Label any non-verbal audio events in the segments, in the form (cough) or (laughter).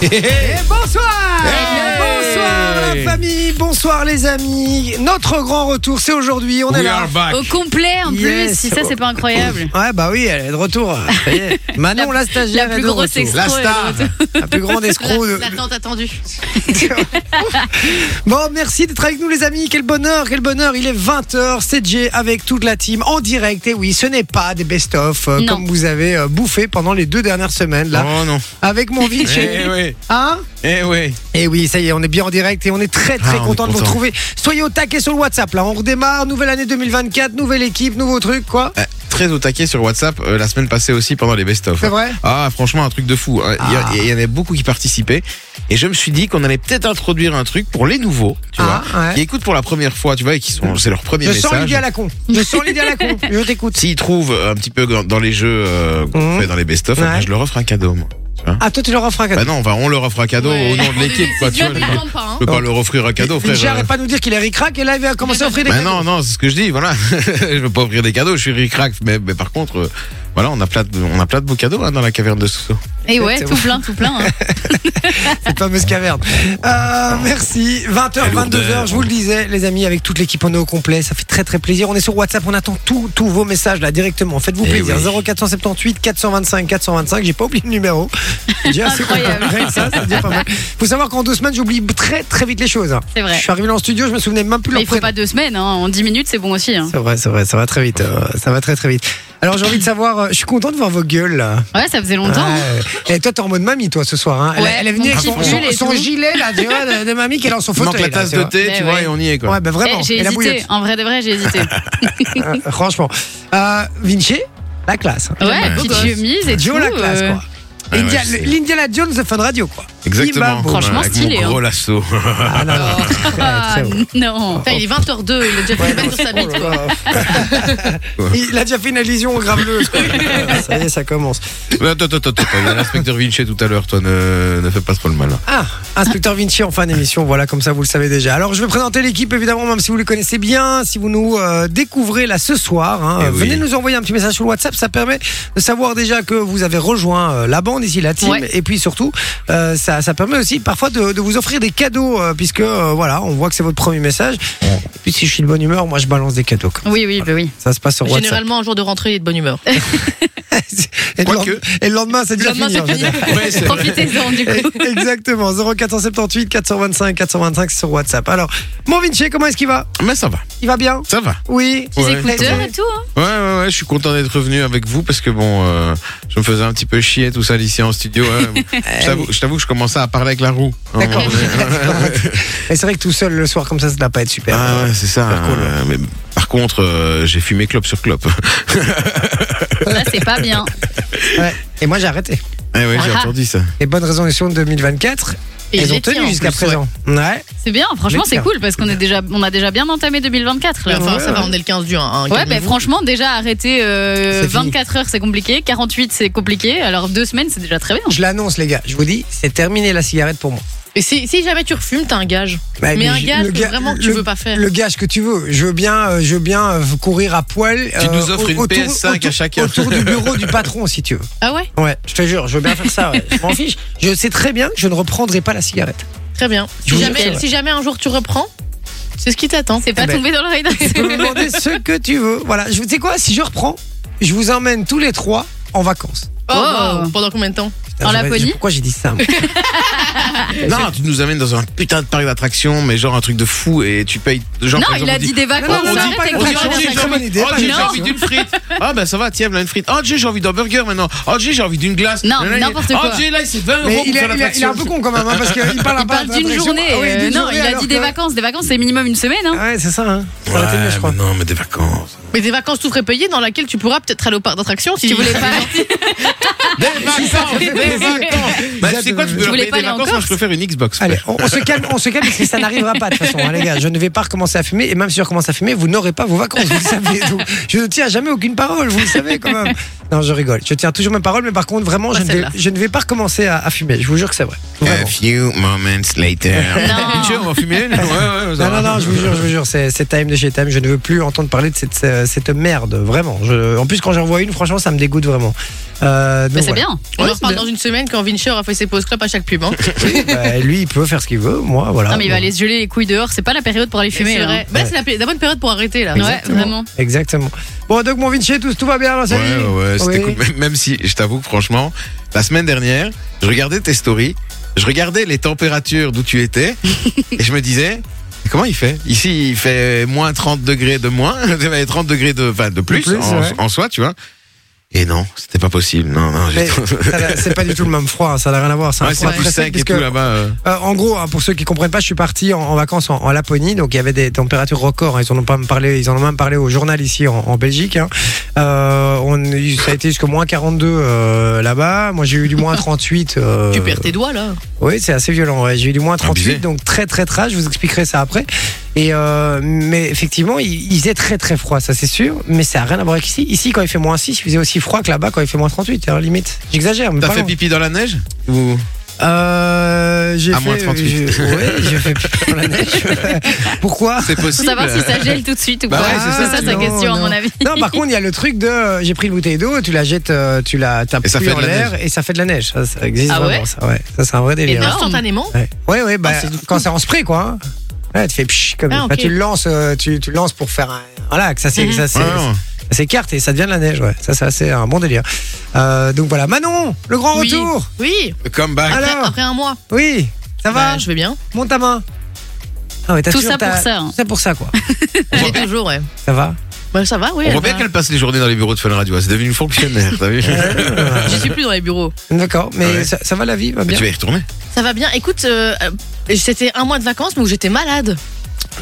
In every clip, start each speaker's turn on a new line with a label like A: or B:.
A: Et bonsoir
B: Eh Hey
A: Bonsoir la famille, bonsoir les amis. Notre grand retour, c'est aujourd'hui, on est
B: We
A: là.
B: are back.
C: Au complet en plus,
A: Yes.
C: si ça c'est pas incroyable.
A: Ouais, bah oui, elle est de retour. Ça y
B: (laughs)
A: est. Manon, la,
C: La
A: stagiaire, est
C: plus
A: de
C: grosse
A: retour.
C: escroc.
B: La star.
C: est de retour.
A: La plus grande escroc. de-
C: L'attente attendue.
A: Bon, merci d'être avec nous les amis, quel bonheur, quel bonheur. Il est 20h, c'est Jay avec toute la team en direct. Et oui, ce n'est pas des best-of euh,
C: Non.
A: comme vous avez euh, bouffé pendant les deux dernières semaines là.
B: Oh (laughs) non.
A: Avec mon Vinci.
B: Eh oui.
A: Hein
B: Eh oui.
A: Et oui, ça y est, on est bien en direct et on est très très
B: Ah, on est
A: content de vous
B: content.
A: retrouver. Soyez au taquet sur le WhatsApp là, on redémarre, nouvelle année 2024, nouvelle équipe, nouveau truc quoi.
B: Eh, Très au taquet sur WhatsApp euh, la semaine passée aussi pendant les best-of.
A: C'est vrai
B: Ah, franchement, un truc de fou. hein. Il y a-
A: Ah.
B: il y, en avait beaucoup qui participaient. Et je me suis dit qu'on allait peut-être introduire un truc pour les nouveaux, tu
A: Ah,
B: vois,
A: ouais.
B: qui écoutent pour la première fois, tu vois, et qui sont, c'est leur premier
A: Je
B: message.
A: sens l'idée à la con. Je sens l'idée à la
B: (laughs)
A: con. Je t'écoute.
B: S'ils trouvent euh, un petit peu dans- dans les jeux euh, qu'on
A: Mhm.
B: fait dans les best-of,
A: Ouais.
B: eh bien, je leur offre un cadeau. moi.
A: Ah, toi, tu leur offres un
B: Bah
A: cadeau.
B: non, enfin, on leur offre un cadeau
C: Ouais.
B: au nom de l'équipe. quoi, tu vois, je
C: (laughs)
B: peux-
C: pas. hein.
B: je peux pas leur offrir un cadeau, frère.
A: Vinci,
B: euh.
A: arrête pas de nous dire qu'il est ric-rac et là, il va commencer à offrir des
B: Bah
A: cadeaux.
B: non, non, c'est ce que je dis, voilà. (laughs) je veux pas offrir des cadeaux, je suis ric-rac. Mais, mais par contre, euh, voilà, on a plein de, on a plein de beaux cadeaux hein, dans la caverne de Sousso.
C: Et Eh ouais,
A: Exactement.
C: tout plein, tout plein. hein.
A: (laughs) Cette fameuse caverne. Euh, merci. 20h,
B: Quelle lourdeur.
A: 22h, je vous le disais, les amis, avec toute l'équipe, on est au complet. Ça fait très très plaisir. On est sur WhatsApp, on attend tous tous vos messages là directement. Faites-vous
B: Eh
A: plaisir.
B: oui.
A: 0478 425 425. J'ai pas oublié le
C: (laughs)
A: numéro. Déjà, c'est
C: Incroyable.
A: rien que ça, c'est déjà pas mal. Faut savoir qu'en deux semaines, j'oublie très très vite les choses. hein.
C: C'est vrai.
A: Je suis arrivé dans le studio, je me souvenais même plus de
C: Mais
A: leur
C: il faut
A: prénom.
C: pas deux semaines, hein. en 10 minutes c'est bon aussi. hein.
A: C'est vrai, c'est vrai, ça va très vite. euh, ça va très très vite. Alors j'ai envie de savoir, euh, je suis content de voir vos gueules là.
C: Ouais, ça faisait longtemps. hein.
A: Ouais. Et toi, t'es en mode mamie, toi, ce soir. Hein. Elle,
C: Ouais,
A: elle est venue
C: mon
A: avec
C: petit
A: son,
C: pull et
A: son- son
C: tout.
A: gilet, là, tu vois, de, de mamie qui est dans son
B: Il
A: fauteuil.
B: manque la
A: là,
B: tasse
A: tu
B: de
A: vois.
B: thé,
C: Mais
B: tu vois,
C: ouais.
B: et on y est, quoi.
A: Ouais, ben vraiment.
C: Eh, j'ai
A: et la
C: hésité,
A: bouillotte.
C: en vrai de vrai, j'ai hésité.
A: Euh, franchement. Euh, Vinci, la classe. hein.
C: Ouais,
B: beau
C: petite
B: gosse.
C: chemise et tout.
A: Joe, la classe,
C: euh,
A: quoi.
B: Ah Ouais,
A: India-
B: ouais, c'est-
A: L'Indiana Jones de Fun Radio, quoi.
B: Exactement.
A: Imam.
C: Franchement,
B: avec
C: stylé,
B: Mon
C: hein.
B: gros lasso. (laughs)
A: Ah,
C: (laughs)
A: non, non, très,
C: Ah
A: très bon.
C: (laughs) non, Putain, il est 20h02, il a déjà fait une balle sur sa bite. quoi.
A: Oh
B: (laughs)
A: Il a déjà fait une allusion au graveleux. quoi. Ah, Ça y est, ça commence.
B: Mais attends, attends, attends, attends, il y a l'inspecteur Vinci tout à l'heure, toi, ne, ne fais pas trop le mal.
A: Ah, inspecteur Vinci en fin d'émission, voilà, comme ça vous le savez déjà. Alors je vais présenter l'équipe évidemment, même si vous les connaissez bien, si vous nous euh, découvrez là ce soir, hein,
B: Eh
A: euh, venez
B: oui.
A: nous envoyer un petit message sur le WhatsApp, ça permet de savoir déjà que vous avez rejoint euh, la bande ici, la team,
C: Ouais.
A: et puis surtout, euh, ça, ça permet aussi parfois de, de vous offrir des cadeaux, euh, puisque euh, voilà, on voit que c'est votre premier message. Et puis si je suis de bonne humeur, moi je balance des cadeaux. quoi.
C: Oui, oui, bah oui.
A: Ça se passe sur WhatsApp.
D: Généralement, un jour de rentrée, il est de bonne humeur.
A: (laughs) Et le,
B: Quoique.
A: lendemain- et le lendemain, c'est déjà
D: Le lendemain,
A: fini.
D: c'est
A: en général.
B: Ouais, c'est-
C: Profitez-en (laughs) du coup.
A: Exactement, 0478 425 425 sur WhatsApp. Alors, mon Vinci, comment est-ce qu'il va
B: Mais ça va,
A: Il va bien
B: ça va.
A: Oui.
B: Ouais.
C: Deux et tout. hein.
B: Ouais, ouais, ouais, je suis content d'être revenu avec vous parce que bon, euh, je me faisais un petit peu chier tout ça ici en studio. ouais. Je t'avoue- je t'avoue que je commençais à parler avec la roue.
A: D'accord.
B: Ouais.
A: (laughs) Et c'est vrai que tout seul le soir comme ça, ça ne va pas être super.
B: Ah ouais, c'est ça.
A: Super cool,
B: euh, mais par contre, euh, j'ai fumé clope sur clope. (laughs)
C: Ça c'est pas bien.
A: Ouais. Et moi, j'ai arrêté.
B: Eh ouais, j'ai
C: Ah.
B: entendu ça.
A: Les bonnes résolutions de 2024,
D: Et
A: elles
D: je
A: ont
D: les tiens,
A: tenu
D: en
A: jusqu'à
D: plus, ouais.
A: présent. Ouais.
C: C'est bien, franchement c'est
A: Excellent.
C: cool parce qu'on est déjà, on a déjà bien entamé 2024
D: Mais
C: là.
D: Enfin,
A: Ouais,
D: ça va,
A: ouais.
D: on est le 15 du 1. hein,
C: Ouais, bah,
D: calmez-vous.
C: franchement, déjà arrêter euh,
A: C'est fini.
C: 24 heures, c'est compliqué. 48, c'est compliqué. Alors, deux semaines, c'est déjà très bien.
A: Je l'annonce, les gars. Je vous dis, c'est terminé la cigarette pour moi.
D: Et si, si jamais tu refumes, t'as un gage.
A: Bah,
D: mais un
A: je-
D: gage
A: le
D: que
A: ga-
D: vraiment que tu
A: le-
D: veux pas faire.
A: Le gage que tu veux. Je veux bien, euh, je veux bien euh, courir à poil. euh,
B: Tu nous offres une PS5 à
A: autour-
B: chacun.
A: Autour du bureau
D: (laughs)
A: du patron, si tu veux.
D: Ah ouais
A: Ouais, je te jure, je veux bien faire ça.
C: (laughs)
A: ouais. Je m'en fiche. Je sais très bien que je ne reprendrai pas la cigarette.
D: Très bien.
A: Je
D: Si
A: vous jure, c'est
D: jamais,
A: vrai.
D: si jamais un jour tu reprends, c'est ce qui t'attend. Oh,
C: C'est pas
A: Eh ben.
C: tombé dans l'oreille d'un
A: Tu peux me
C: (laughs)
A: demander ce que tu veux. Voilà, je vous sais quoi, si je reprends, je vous emmène tous les trois en vacances.
D: Oh,
C: Oh.
D: waouh, Pendant combien de temps
A: Putain,
C: En
A: j'aurais-
C: Laponie
A: Pourquoi j'ai dit ça
C: (laughs)
A: moi
B: Non, tu nous amènes dans un putain de parc d'attractions, mais genre un truc de fou et tu payes. Genre,
C: Non,
B: par
C: il
B: exemple,
C: a
B: on
C: dit des vacances.
A: Non, non, on dit
C: arrête
A: pas
C: avec
A: une
B: Oh,
C: les
B: j'ai
A: vacances,
C: vacances.
B: j'ai-
A: c'est une bonne idée,
B: oh,
A: pas
B: j'ai-
A: une
B: j'ai
A: vacances.
B: envie d'une frite. Ah, ben ça va, tiens, voilà une frite. Oh, j'ai j'ai envie d'un burger maintenant. Oh, j'ai j'ai envie d'une glace.
C: Non,
B: Là, là,
C: n'importe
B: il-
C: quoi.
B: Oh, j'ai là, c'est 20 euros
A: Mais
B: pour
A: il, est-
B: faire
A: il est- il est un
B: l'attraction.
A: peu con quand même, hein,
C: (laughs)
A: parce qu'il parle,
C: Il parle d'une journée.
A: Ah
C: euh, non, il a dit des vacances. Des vacances, c'est minimum une semaine. hein.
A: Ouais, c'est ça, hein. Ça aurait été mieux, je
B: Ouais,
A: crois.
B: mais non, mais des vacances.
D: Mais des vacances tout frais payées dans laquelle tu pourras peut-être aller au parc d'attractions si
C: Tu voulais
D: (laughs)
C: pas. (laughs)
B: Des vacances, des vacances. Bah, tu sais quoi, tu peux leur
C: voulais
B: payer
C: pas
B: des
C: aller en
B: vacances, moi je
C: Corse
B: préfère une Xbox.
A: Allez, on, on se calme, on se calme parce que ça n'arrivera pas de toute façon, hein, les gars. Je ne vais pas recommencer à fumer et même si je recommence à fumer, vous n'aurez pas vos vacances, vous le savez. Donc, je ne tiens jamais aucune parole, vous le savez quand même. Non, je rigole. Je tiens toujours mes paroles, mais par contre, vraiment, je ne, vais,
D: celle-là.
A: je ne vais pas recommencer à, à fumer. Je vous jure que c'est vrai.
B: Eh,
A: Vraiment.
B: few moments later.
C: Non.
B: Une on va fumer une Ouais, ouais, ça
A: Non,
B: va. hein.
A: non, non, je vous jure, je vous jure, c'est c'est time de chez Tam. Je ne veux plus entendre parler de cette, cette merde, vraiment. Je- en plus, quand j'en vois une, franchement, ça me dégoûte vraiment. Euh,
C: Mais
A: donc
C: c'est
A: voilà.
C: bien.
D: On
A: Ouais,
D: en
A: c'est
D: reparle
A: bien.
D: dans une semaine quand Vinci aura fait ses pauses clopes à chaque pub. Hein.
A: Bah, lui, il peut faire ce qu'il veut. Moi, voilà.
C: Non, mais il va
A: Ah, Bon.
C: aller se geler les couilles dehors. C'est pas la période pour aller fumer.
D: C'est
C: là,
D: vrai.
C: hein.
D: Bah, là, c'est la, la bonne période pour arrêter là.
C: Ouais, vraiment.
A: Exactement. Bon, donc, mon Vinci, tout, tout va bien, là,
B: Ouais,
A: salut
B: ouais, ouais, c'était
A: Oui.
B: cool. Même- Même si, je t'avoue que franchement, la semaine dernière, je regardais tes stories, je regardais les températures d'où tu étais,
A: (laughs)
B: et je me disais, mais comment il fait Ici, il fait moins 30 degrés de moins, (laughs) 30 degrés de, enfin, de plus,
A: De plus,
B: en,
A: ouais.
B: en soi, tu vois. Et non, c'était pas possible. Non, non, j'ai
A: Mais ça n'a- c'est pas du tout le même froid, hein, ça n'a rien à voir. C'est un
B: Ouais, c'est
A: froid
B: plus
A: très sec,
B: sec
A: parce
B: et tout
A: que,
B: là-bas. euh.
A: euh, en gros, hein, pour ceux qui comprennent pas, je suis parti en, en vacances en, en Laponie, donc il y avait des températures records. hein, ils en ont pas même parlé, ils en ont même parlé au journal ici en, en Belgique. hein. Euh, on, ça a été jusqu'au moins 42 euh, là-bas. Moi, j'ai eu du moins 38. euh,
D: Tu perds tes doigts là.
A: Oui, c'est assez violent. ouais. J'ai eu du moins 38,
B: Abusé.
A: donc très très trash. Je vous expliquerai ça après. Et euh, mais effectivement, il, il faisait très très froid, ça c'est sûr. Mais ça a rien à voir avec ici. Ici, quand il fait moins 6, il faisait aussi froid que là-bas quand il fait moins 38. Alors limite, j'exagère, mais
B: T'as
A: pas
B: fait
A: loin.
B: pipi dans la neige Ou-
A: Euh, j'ai
B: À
A: fait-
B: moins 38.
A: j'ai- ouais, j'ai fait pipi dans la
B: (laughs)
A: neige. Pourquoi (laughs)
B: C'est
C: Faut
B: possible.
C: savoir si ça gèle tout de suite ou
B: Bah
C: pas.
B: ouais, c'est ça,
C: ça,
B: tu
C: sa
A: vois.
C: question, à
A: Non,
C: mon avis.
A: Non, par contre, il y a le truc de euh, j'ai pris une bouteille d'eau, tu la jettes, euh, tu la tapes
B: Et ça fait
A: en
B: de la
A: l'air et ça fait de la neige. Ça, ça existe
C: Ah ouais
A: vraiment, ça, ouais. Ça, c'est un vrai délire.
C: Énorme.
D: Instantanément.
A: Ouais, ouais, ouais, bah,
D: Ah, c'est
A: quand c'est en spray, quoi. hein. Ouais, tu fais psh, comme
D: Ah,
A: enfin,
D: ok.
A: tu le lances, euh, tu, tu le lances pour faire un. Voilà, que ça c'est-
D: Mhm.
A: ça, c'est-
B: Ouais, non.
A: ça s'écarte et ça devient de la neige, ouais. Ça, ça c'est un bon délire. Euh, donc voilà, Manon, le grand
D: Oui.
A: retour.
D: Oui.
B: Le comeback.
A: Ah,
D: Après,
A: Alors
D: après un mois.
A: Oui, ça va,
D: Bah, Je vais bien.
A: monte ta main. Ah ouais, t'as
C: Tout
A: toujours
C: ça
A: ta-
C: pour ça, hein.
A: Tout ça pour ça, quoi.
B: On voit-
D: J'ai toujours, ouais.
A: Ça va
D: Bah, ça va, oui.
B: on voit
D: elle
B: bien
D: va.
B: qu'elle passe les journées dans les bureaux de Fun Radio. hein. C'est devenu une fonctionnaire, t'as vu (laughs)
D: Je suis plus dans les bureaux.
A: D'accord, mais
B: Ouais.
A: ça, ça va la vie, va
B: Mais
A: bien.
B: Tu vas y retourner.
D: Ça va bien. Écoute, euh, euh, c'était un mois de vacances, donc j'étais malade.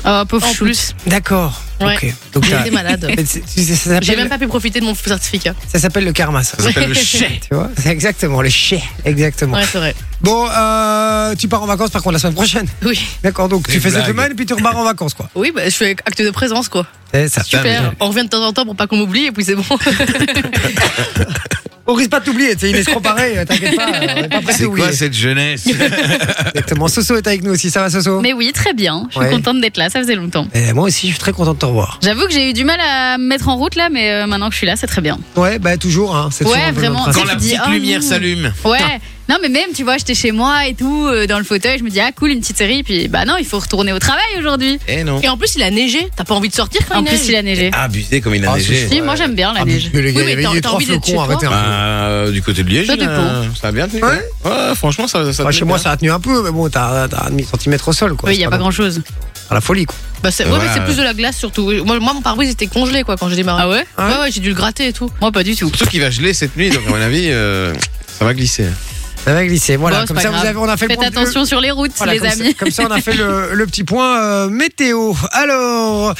C: Oh, pauvre
D: En
C: chou.
D: plus,
A: D'accord.
D: Ouais.
A: Ok. Donc t'as-
D: j'étais malade.
A: Mais c'est- (laughs) tu sais, Ah. ça s'appelle-
D: J'ai même pas pu profiter de mon certificat.
A: ça s'appelle le karma, ça.
B: Ça s'appelle le chien.
A: Tu vois C'est exactement le chien. Exactement.
D: (laughs) Ouais, c'est vrai.
A: Bon, euh, tu pars en vacances par contre la semaine prochaine.
D: Oui.
A: D'accord, donc tu
B: Des
A: fais cette
B: blagues.
A: semaine et puis tu repars en vacances, quoi.
D: Oui, bah, je fais acte de présence, quoi.
A: (laughs) C'est ça.
B: Putain, mais-
D: Super. On revient de temps en temps pour pas qu'on m'oublie, et puis c'est bon.
A: On risque pas de t'oublier, tu sais, (laughs) il est trop pareil, euh, t'inquiète pas, on est pas prêt de
B: C'est quoi
A: t'oublier.
B: cette jeunesse
A: Exactement. Soso est avec nous aussi, ça va Soso
C: Mais oui, très bien. Je suis
A: Ouais.
C: contente d'être là. Ça faisait longtemps.
A: Eh, Moi aussi, je suis très content de te revoir.
C: J'avoue que j'ai eu du mal à me mettre en route là, mais euh, maintenant que je suis là, c'est très bien.
A: Ouais, bah toujours, hein. c'est
C: Ouais,
A: toujours un peu le même
C: vraiment.
A: principe.
B: Quand la
C: tu dis,
B: petite
C: oh
B: lumière
C: non.
B: s'allume.
C: Ouais. Non, mais même, tu vois, j'étais chez moi et tout, euh, dans le fauteuil, je me dis, ah cool, une petite série. Puis, bah non, il faut retourner au travail aujourd'hui.
B: Eh non.
D: Et en plus, il a neigé. T'as pas envie de sortir quand
C: En
D: il neige
C: plus, il a neigé.
B: Abusé comme il a
A: Ah,
B: neigé.
A: c'est
C: Si, moi j'aime bien la
A: Ah,
C: neige.
A: Mais les gars,
D: Oui, mais
A: il y
D: t'as-
A: avait
D: t'as
A: trois
D: envie d'être
A: flocons, hein.
D: chez
A: arrêtez un peu.
B: Bah, euh, du côté de Liège,
C: Ça dépend.
B: euh, ça a bien tenu.
A: Ouais.
B: Ouais, franchement, ça, ça
A: Bah,
B: tenait
A: chez moi,
B: bien.
A: ça a tenu un peu, mais bon, t'as t'as un demi-centimètre au sol, quoi.
C: Oui, il
A: C'est
C: n'y a pas grand chose.
A: dans La folie, quoi.
D: Bah, c'est- ouais,
B: Voilà.
D: mais c'est plus de la glace surtout. Moi, moi mon pare-brise était congelé quoi quand j'ai démarré.
C: Ah ouais
D: ouais, ouais, j'ai dû le gratter et tout.
C: Moi pas du tout.
B: Surtout qu'il va geler cette nuit, donc à mon avis, euh, ça va glisser. hein.
A: Ça va glisser. Voilà,
C: Bon, c'est
A: comme
C: pas
A: ça, vous
C: grave.
A: avez, on a fait le
C: Faites
A: point de vue.
C: attention sur les routes,
A: Voilà,
C: les
A: comme ça-
C: amis.
A: comme ça, on a fait le, le petit point euh, météo. Alors,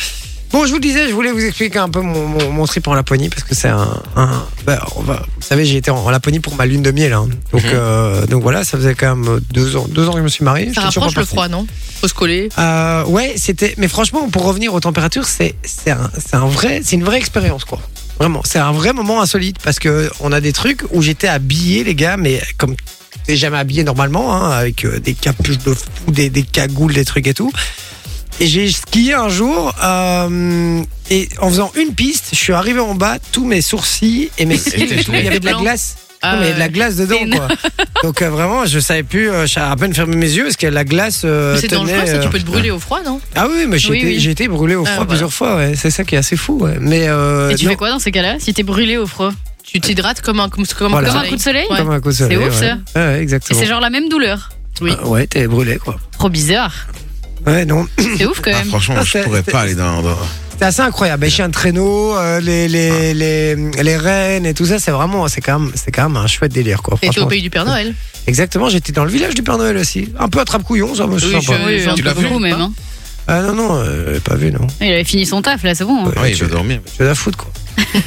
A: bon, je vous le disais, je voulais vous expliquer un peu mon, mon- mon trip en Laponie parce que c'est un. un- bah, on va- vous savez, j'ai été en, en Laponie pour ma lune de miel. hein. Donc, euh, donc voilà, ça faisait quand même deux ans, deux ans que je me suis marié.
D: Mhm. Ça rapproche le froid, non Faut se coller.
A: Euh, ouais, c'était. Mais franchement, pour revenir aux températures, c'est c'est un, c'est un vrai, c'est une vraie expérience quoi. Vraiment, c'est un vrai moment insolite parce que on a des trucs où j'étais habillé les gars, mais comme t'es jamais habillé normalement, hein, avec euh, des capuches de fou, des, des cagoules, des trucs et tout. Et j'ai skié un jour euh, et en faisant une piste, je suis arrivé en bas, tous mes sourcils et
D: (laughs)
A: mes cils,
B: t'es
A: et tout, il y avait de la
D: blanc.
A: glace.
D: Ah
A: Non, mais il y a de la
D: ouais.
A: glace dedans, quoi. Donc euh, vraiment, je savais plus. euh, j'ai à peine fermé mes yeux parce que la glace. euh,
D: Mais c'est
A: tenait,
D: dangereux ça,
A: euh,
D: tu peux te brûler au froid, non
A: ah oui, mais j'ai
C: Oui,
A: été,
C: oui.
A: j'ai été brûlé au
D: Ah,
A: froid
D: voilà.
A: plusieurs fois, ouais. c'est ça qui est assez fou. ouais. Mais euh,
C: Et tu
A: non,
C: fais quoi dans ces cas-là Si t'es brûlé au froid
D: Tu t'hydrates comme un comme, comme
A: Voilà.
D: un
C: Comme un
D: soleil.
C: coup de soleil
D: Ouais.
A: comme un coup de
C: C'est
A: soleil,
C: ouf,
A: ouais. Ouais, ouais,
C: Et
A: exactement.
C: c'est genre la même douleur.
D: oui.
A: Ah, ouais, t'es brûlé quoi.
C: Trop bizarre.
A: Ouais, non.
C: Euh, C'est ouf quand
B: Ah,
C: même.
B: franchement,
A: Ah,
B: je
A: c'est-
B: pourrais
A: c'est-
B: pas aller dans. dans-
A: C'est assez incroyable. Les chiens de traîneau, euh, les, les, les, les rennes et tout ça, c'est vraiment, c'est quand, même- c'est quand même un chouette délire quoi.
D: Et t'es au
A: franchement.
D: pays du Père Noël.
A: Exactement, j'étais dans le village du Père Noël aussi. Un peu à couillon ça me
D: Oui,
A: sympa.
D: je- oui,
C: un
B: tu
C: peu
B: l'as vu
C: gros
D: ou
C: même.
D: pas
C: hein.
A: Ah non, non, euh, j'ai pas vu, non.
C: Il avait fini son taf là, c'est bon. hein.
A: Ouais,
B: Ouais, il
A: tu-
B: va dormir.
A: Je vais la foutre quoi. donc,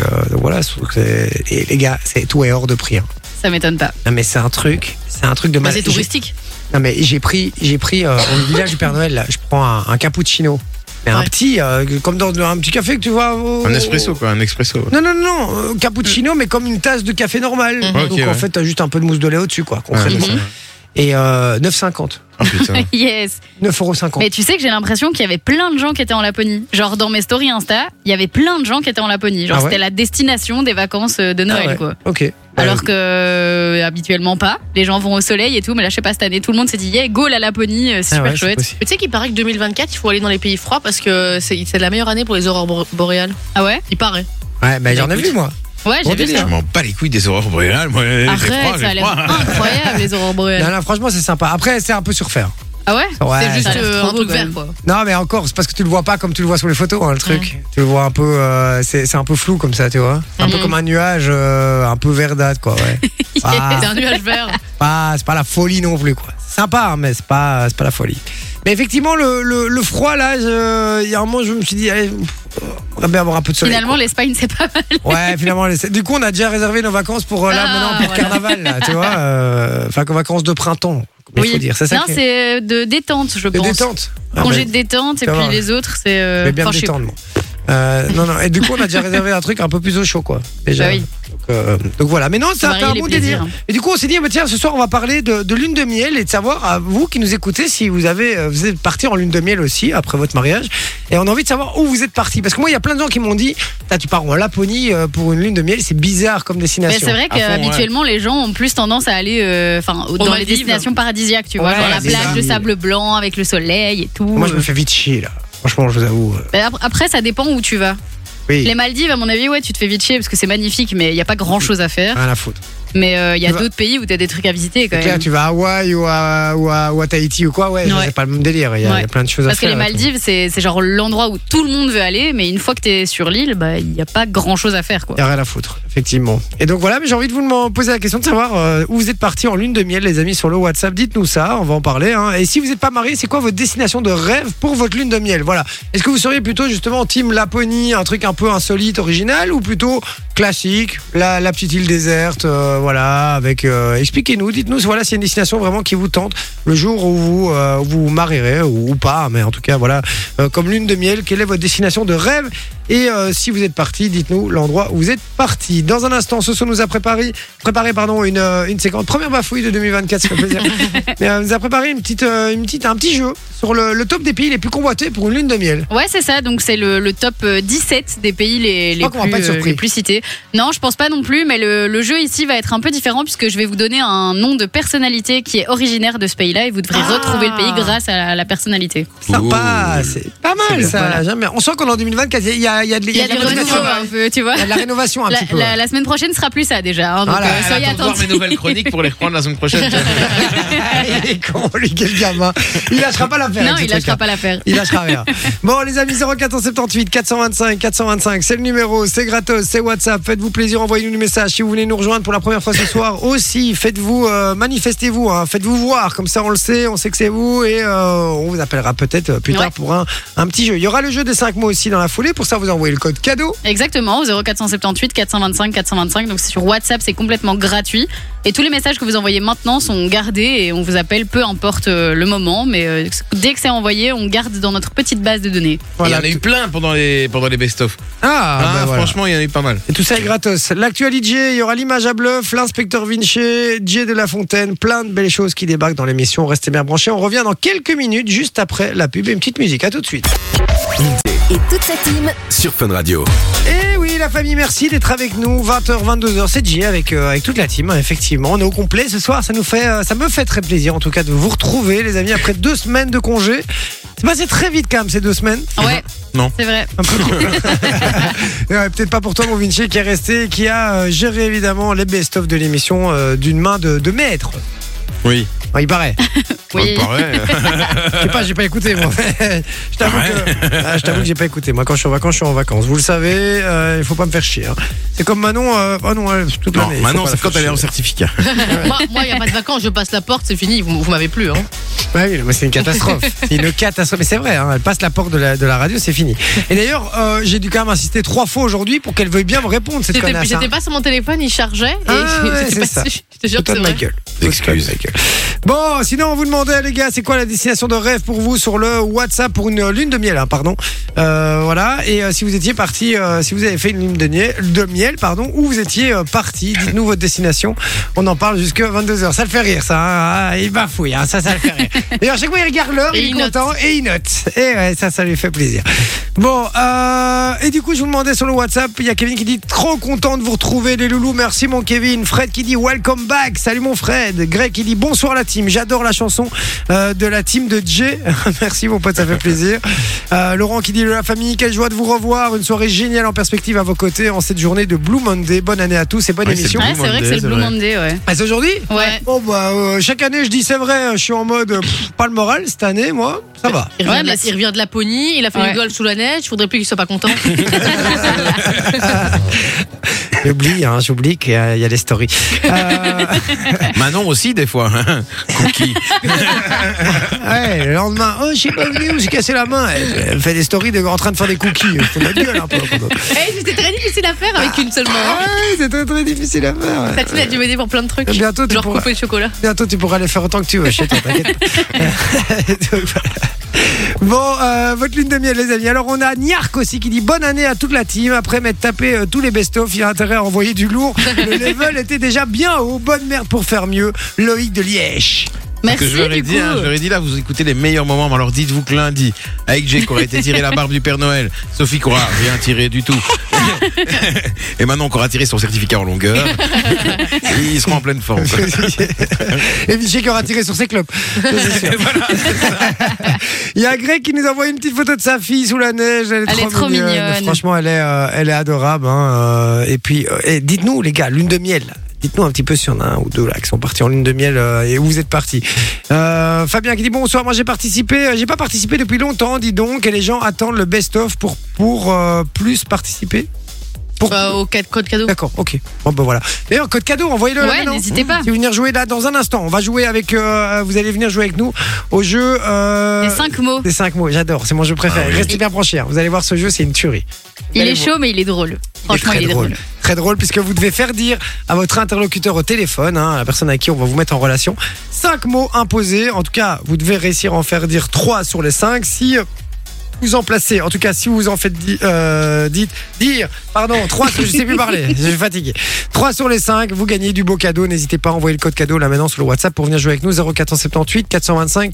A: euh, donc voilà, c'est- c'est- et les gars, c'est tout est hors de prix. hein.
C: Ça m'étonne pas.
A: Non mais c'est un truc, c'est un truc de
D: Bah,
A: mal.
D: c'est
A: J'ai-
D: touristique.
A: Non mais j'ai pris, j'ai pris euh, au village du Père Noël là, je prends un, un cappuccino, mais un
D: Ouais.
A: petit, euh, comme dans un petit café que tu vois. au-
B: Un espresso, quoi, un expresso.
A: Non non non, euh, cappuccino mais comme une tasse de café normal.
D: Mhm.
C: Mm-hmm.
B: Ok,
A: Donc en
B: ouais.
A: fait t'as juste un peu de mousse de lait au-dessus quoi.
B: Ah,
A: concrètement.
C: Mhm.
A: Et euh, 9,50.
B: Oh
C: (laughs)
B: putain.
C: Yes.
A: 9,50€.
C: Mais tu sais que j'ai l'impression qu'il y avait plein de gens qui étaient en Laponie. Genre dans mes stories Insta, il y avait plein de gens qui étaient en Laponie. Genre
A: Ah ouais
C: c'était la destination des vacances euh, de
A: Ah
C: Noël
A: ouais, Bah
C: quoi.
A: Ok. Ah
C: Alors que euh, habituellement pas. Les gens vont au soleil et tout, mais là je sais pas cette année tout le monde s'est dit yeah go la Laponie, euh,
A: Ah
C: c'est super
A: ouais, c'est
C: chouette.
A: possible.
D: Mais tu sais qu'il paraît que 2024, il faut aller dans les pays froids parce que c'est c'est la meilleure année pour les aurores bor- boréales.
C: Ah ouais
D: Il paraît.
A: Ouais, bah, j'en ai
D: Écoute.
A: vu moi.
C: Ouais
A: Bon
C: j'ai vu
A: délire.
C: ça.
B: Je m'en bats les couilles des aurores boréales. Moi, j'ai froid,
C: Arrête,
B: j'ai
C: ça a l'air
B: froid.
A: (laughs)
C: (laughs) incroyable les aurores
A: Non,
C: boréales.
A: non, franchement, c'est sympa. Après, c'est un peu surfait. hein.
C: Ah ouais
A: Ouais.
D: c'est
C: Ça
D: juste
C: a l'air
D: euh,
C: trop
D: un
C: beau,
D: truc
C: quand
D: vert
C: même.
D: quoi.
A: Non, mais encore, c'est parce que tu le vois pas comme tu le vois sur les photos, hein, le truc. Tu le vois un peu, euh, c'est c'est un peu flou comme ça, tu vois. Un peu
C: Mm-hmm.
D: Mhm.
A: comme un nuage, euh, un peu verdâtre, quoi.
C: (laughs)
A: Ouais. Ah.
D: C'est un nuage
A: (laughs)
D: vert.
A: pas- c'est pas la folie non plus quoi. C'est Sympa, hein, mais c'est pas, c'est pas la folie. Mais effectivement, le, le- le froid là, je- il y a un moment, je me suis dit, allez, pff, on va bien avoir un peu de soleil.
C: Finalement l'Espagne c'est pas mal.
A: quoi. ouais, finalement. les- Du coup, on a déjà réservé nos vacances pour euh, là
C: Ah,
A: maintenant pour
C: voilà.
A: carnaval, là, tu vois. euh, Enfin, que vacances de printemps. Il faut dire, c'est ça.
C: non
A: qui est-
C: c'est euh, de détente je
A: de
C: pense.
A: détente. Ah,
C: Congé
A: mais-
C: de détente et
A: Ça
C: puis
A: va.
C: les autres c'est. euh,
A: je vais bien
C: enfin,
A: me
C: je sais
A: détendre. moi. Euh, non, non. Et du coup, on a déjà réservé un truc un peu plus au chaud, quoi. Déjà.
C: Bah oui.
A: donc, euh, donc voilà. Mais non, c'est
C: varier
A: un
C: les
A: bon
C: plaisirs.
A: délire. Et du coup, on s'est dit, bah, tiens, ce soir, on va parler de, de lune de miel et de savoir, à vous qui nous écoutez, si vous avez, euh, vous êtes parti en lune de miel aussi après votre mariage. Et on a envie de savoir où vous êtes parti. Parce que moi, il y a plein de gens qui m'ont dit, Putain, tu pars en Laponie euh, pour une lune de miel, c'est bizarre comme
C: Mais
A: destination.
C: c'est vrai
B: À fond,
C: qu'habituellement, les gens ont plus tendance à aller euh, enfin,
D: Aux
C: dans les
D: Maldives.
C: destinations paradisiaques, tu vois,
A: Ouais,
C: genre la
A: c'est ça.
C: plage de sable blanc avec le soleil et tout.
A: Moi, je me fais vite chier, là. Franchement, je vous avoue. euh,
C: Mais ap- Après, ça dépend où tu vas.
A: oui.
C: Les Maldives, à mon avis, ouais, tu te fais vite chier parce que c'est magnifique, mais il n'y a pas grand chose à faire.
A: Rien à foutre.
C: Mais euh, il y a
A: Tu vas-
C: d'autres pays où tu as des trucs à visiter quand
A: C'est clair,
C: même.
A: tu vas à Hawaï ou à, ou à, ou à Tahiti ou quoi, ouais,
C: Ouais.
A: c'est pas le même délire. Il y, a- il y a
C: Ouais.
A: plein de choses
C: Parce
A: à
C: que
A: faire.
C: les
A: et tout.
C: Maldives, c'est c'est genre l'endroit où tout le monde veut aller, mais une fois que tu es sur l'île, bah, il n'y a pas grand chose à faire. quoi.
A: Il a rien à foutre, effectivement. Et donc voilà, mais j'ai envie de vous demander- poser la question de savoir euh, où vous êtes parti en lune de miel, les amis, sur le WhatsApp. Dites-nous ça, on va en parler. hein. Et si vous n'êtes pas marié, c'est quoi votre destination de rêve pour votre lune de miel Voilà. Est-ce que vous seriez plutôt justement team Laponie, un truc un peu insolite, original, ou plutôt classique, la, la petite île déserte, euh, voilà, avec. euh, Expliquez-nous, dites-nous, voilà, c'est une destination vraiment qui vous tente le jour où vous euh, vous marierez ou, ou pas, mais en tout cas, voilà, euh, comme lune de miel, quelle est votre destination de rêve et euh, si vous êtes parti, dites-nous l'endroit où vous êtes parti. Dans un instant, Soso nous a préparé, préparé pardon, une, euh, une séquence. Première bafouille de 2024, ça fait plaisir. Mais, euh, nous a préparé une petite, euh, une petite, un petit jeu sur le, le top des pays les plus convoités pour une lune de miel.
C: Ouais, c'est ça. Donc, c'est le, le top euh, 17 des pays les, les,
A: crois qu'on va
C: plus,
A: pas être
C: euh,
A: surpris.
C: les plus cités. Non, je pense pas non plus, mais le, le jeu ici va être un peu différent puisque je vais vous donner un nom de personnalité qui est originaire de ce pays-là et vous devrez
D: Ah.
C: retrouver le pays grâce à la, la personnalité.
A: Sympa,
B: Ouh.
A: c'est pas mal
C: bien.
A: ça.
C: Voilà.
A: J'aime bien. On sent qu'on est en 2024, il y a, il y a de
C: Il y a du
A: de
C: renouveau
A: l'organisation.
C: un peu, tu vois.
A: Il y a de la rénovation un
C: La,
A: petit peu. Ah
C: la- la semaine prochaine sera plus ça déjà. hein, donc,
A: Voilà.
C: euh,
A: Elle
C: soyez
B: Attends de voir mes
C: attentifs.
B: nouvelles chroniques pour les reprendre la semaine (laughs) prochaine.
A: (laughs) Il est con, lui, quel gamin. Il lâchera pas l'affaire.
C: Non,
A: avec ce
C: il lâchera
A: truc-là.
C: pas l'affaire.
A: Il lâchera rien. Bon, les amis, 0478 425 425, c'est le numéro, c'est gratos, c'est WhatsApp. Faites-vous plaisir, envoyez-nous des messages. Si vous voulez nous rejoindre pour la première fois ce soir aussi, faites-vous, euh, manifestez-vous, hein, faites-vous voir. Comme ça, on le sait, on sait que c'est vous et euh, on vous appellera peut-être euh, plus
C: Ouais.
A: tard pour un, un petit jeu. Il y aura le jeu des 5 mots aussi dans la foulée. Pour ça, vous envoyez le code cadeau.
C: Exactement, au 0478 425 425. Donc c'est sur WhatsApp, c'est complètement gratuit. Et tous les messages que vous envoyez maintenant sont gardés et on vous appelle peu importe euh, le moment. Mais euh, dès que c'est envoyé, on garde dans notre petite base de données.
A: Voilà.
B: Il y en a eu plein pendant les, pendant les best-of.
A: Ah,
B: Ah,
A: bah voilà.
B: Franchement, il y en a eu pas mal.
A: Et tout ça est gratos. L'actualité, il y aura l'image à bluff, l'inspecteur Vinci, Jay de la Fontaine, plein de belles choses qui débarquent dans l'émission. Restez bien branchés. On revient dans quelques minutes, juste après la pub et une petite musique. À tout de suite.
E: et toute sa team.
F: sur Fun Radio.
A: Et Eh oui, la famille, merci d'être avec nous. 20h, 22h, c'est Jay avec, euh, avec toute la team. hein, Effectivement, on est au complet ce soir. Ça nous fait, euh, ça me fait très plaisir en tout cas de vous retrouver, les amis, après deux semaines de congé. C'est passé très vite quand même ces deux semaines.
C: Ouais.
B: Non.
C: C'est vrai.
A: Un peu. Et ouais, Peut-être pas pour toi, mon Vinci, qui est resté, qui a euh, géré évidemment les best-of de l'émission euh, d'une main de, de maître.
B: Oui.
A: Ouais, il paraît.
C: Oui.
A: Je sais pas, j'ai pas écouté
B: (laughs)
A: moi. je t'avoue que, ah, je t'avoue que j'ai pas écouté. Moi, quand je suis en vacances, je suis en vacances. Vous le savez, euh, il faut pas me faire chier. hein. C'est comme Manon. euh, oh non, elle, toute
B: Non,
A: l'année, il faut
B: maintenant,
A: pas la
B: c'est quand
A: faire
B: elle est en
A: chier.
B: certificat.
D: moi, il n'y a pas de vacances, je passe la porte, c'est fini, vous, vous m'avez plus. Hein.
A: Ouais, Bah oui, mais c'est une
B: (laughs)
A: catastrophe. c'est une catastrophe. Mais c'est vrai, hein, elle passe la porte de la, de la radio, c'est fini. Et d'ailleurs, euh, j'ai dû quand même insister trois fois aujourd'hui pour qu'elle veuille bien me répondre, cette
D: J'étais
A: connasse. hein.
D: j'étais pas sur mon téléphone, il chargeait et (laughs)
A: Ah ouais,
D: j'étais
A: c'est
D: pas
A: ça.
D: dessus. Je te jure que
A: Fous-toi
D: c'est
A: de ma
D: vrai.
A: gueule.
B: Excuse.
A: Fous-toi de ma gueule. Bon, sinon, on vous demandait, les gars, c'est quoi la destination de rêve pour vous sur le WhatsApp pour une lune de miel, hein, pardon. Euh, voilà. Et euh, si vous étiez parti, euh, si vous avez fait une lune de miel, de miel pardon, où vous étiez euh, parti, dites-nous votre destination. On en parle jusqu'à 22h. Ça le fait rire, ça. hein. Ah, il bafouille, hein, ça, ça le fait
D: (laughs)
A: rire. Et à chaque fois, il regarde l'heure,
D: Et
A: il est
D: il note.
A: content et il note. Et ouais, ça, ça lui fait plaisir. Bon, euh, et du coup, je vous demandais sur le WhatsApp, il y a Kevin qui dit trop content de vous retrouver, les loulous, merci mon Kevin. Fred qui dit welcome back, salut mon Fred. Greg qui dit bonsoir la team, j'adore la chanson euh, de la team de Jay. (laughs) merci mon pote, ça fait plaisir. Euh, Laurent qui dit la famille, quelle joie de vous revoir, une soirée géniale en perspective à vos côtés en cette journée de Blue Monday. Bonne année à tous et bonne
B: Ouais, c'est
A: émission.
B: Blue
C: Ouais, c'est vrai que
B: Monday,
C: c'est le
B: c'est
C: Blue
B: vrai.
C: Monday, ouais.
A: Ah, c'est aujourd'hui
C: Ouais.
A: Bon bah euh, chaque année je dis c'est vrai, je suis en mode pff, pas le moral cette année moi, ça va.
D: Il revient,
C: Ouais,
D: de, la,
C: mais-
D: il revient de Laponie, il a fait
C: Ouais.
D: du golf sous la neige, faudrait plus qu'il soit
A: (laughs)
D: pas content. Eh,
A: J'oublie, hein, j'oublie qu'il y a il y a les stories. Euh,
B: Manon aussi, des fois. hein. Cookie.
A: ouais, le lendemain, oh, je suis pas venu, j'ai cassé la main. Elle, elle fait des stories de, en train de faire des cookies. Faut de la gueule hein, un peu. quand même.
D: Eh, C'était très difficile à faire avec une seule
A: Ah
D: main.
A: ouais, c'est très très difficile à faire. ouais.
D: Satine a dû m'aider pour plein de trucs.
A: Ah. Et bientôt, tu
D: Genre
A: pourras-
D: couper le chocolat.
A: Bientôt, tu pourras les faire autant que tu veux chez toi, t'inquiète (laughs) pas. Donc, voilà. Bon, euh, votre lune de miel, les amis. Alors, on a Niark aussi qui dit bonne année à toute la team. Après m'être tapé euh, tous les best-of, il y a intérêt à envoyer du lourd. Le level était déjà bien haut. Bonne merde pour faire mieux. Loïc de Liège.
B: que
C: Merci,
B: je leur ai
C: du coup.
B: dit, hein, je leur ai dit là, vous écoutez les meilleurs moments. Mais alors dites-vous que lundi, avec Jay qui aurait été tiré la barbe du Père Noël, Sophie qui aura rien tiré du tout, et maintenant qu'on aura tiré son certificat en longueur, ils seront en pleine forme.
A: Et Michel qui aura tiré sur ses clopes. Ça, c'est sûr. Il y a Greg qui nous envoie une petite photo de sa fille sous la neige. Elle est,
C: Elle
A: trop,
C: est trop
A: mignonne.
C: mignonne.
A: Franchement, elle est, euh, elle est adorable. hein. Euh, Et puis, euh, et dites-nous, les gars, lune de miel. là. Dites-nous un petit peu s'il y en a un ou deux là qui sont partis en lune de miel euh, et où vous êtes partis. Euh, Fabien qui dit bonsoir, moi j'ai participé, euh, j'ai pas participé depuis longtemps, dis donc, et les gens attendent le best-of pour, pour euh, plus participer. Pour...
D: Bah, au ca- code cadeau.
A: D'accord, ok. Bon, ben voilà. D'ailleurs, code cadeau, envoyez-le là
C: Ouais,
A: maintenant.
C: n'hésitez pas.
A: Si vous venez jouer là dans un instant, on va jouer avec. euh, vous allez venir jouer avec nous au jeu. euh,
C: Les cinq mots.
A: des cinq mots, j'adore, c'est mon jeu préféré.
B: Ah oui.
A: Restez bien branchés, hein. vous allez voir ce jeu, c'est une tuerie.
C: Il
A: allez
C: est chaud, mais il est drôle.
A: Il est
C: Franchement,
A: très
C: il est drôle.
A: Très drôle, puisque vous devez faire dire à votre interlocuteur au téléphone, hein, la personne à qui on va vous mettre en relation, cinq mots imposés. En tout cas, vous devez réussir à en faire dire trois sur les cinq. Si euh, vous en placez, en tout cas, si vous en faites di- euh, dites, dire, pardon, trois, sur- je sais plus parler, je suis fatigué. Trois sur les cinq, vous gagnez du beau cadeau. N'hésitez pas à envoyer le code cadeau là maintenant sur le WhatsApp pour venir jouer avec nous 0478 425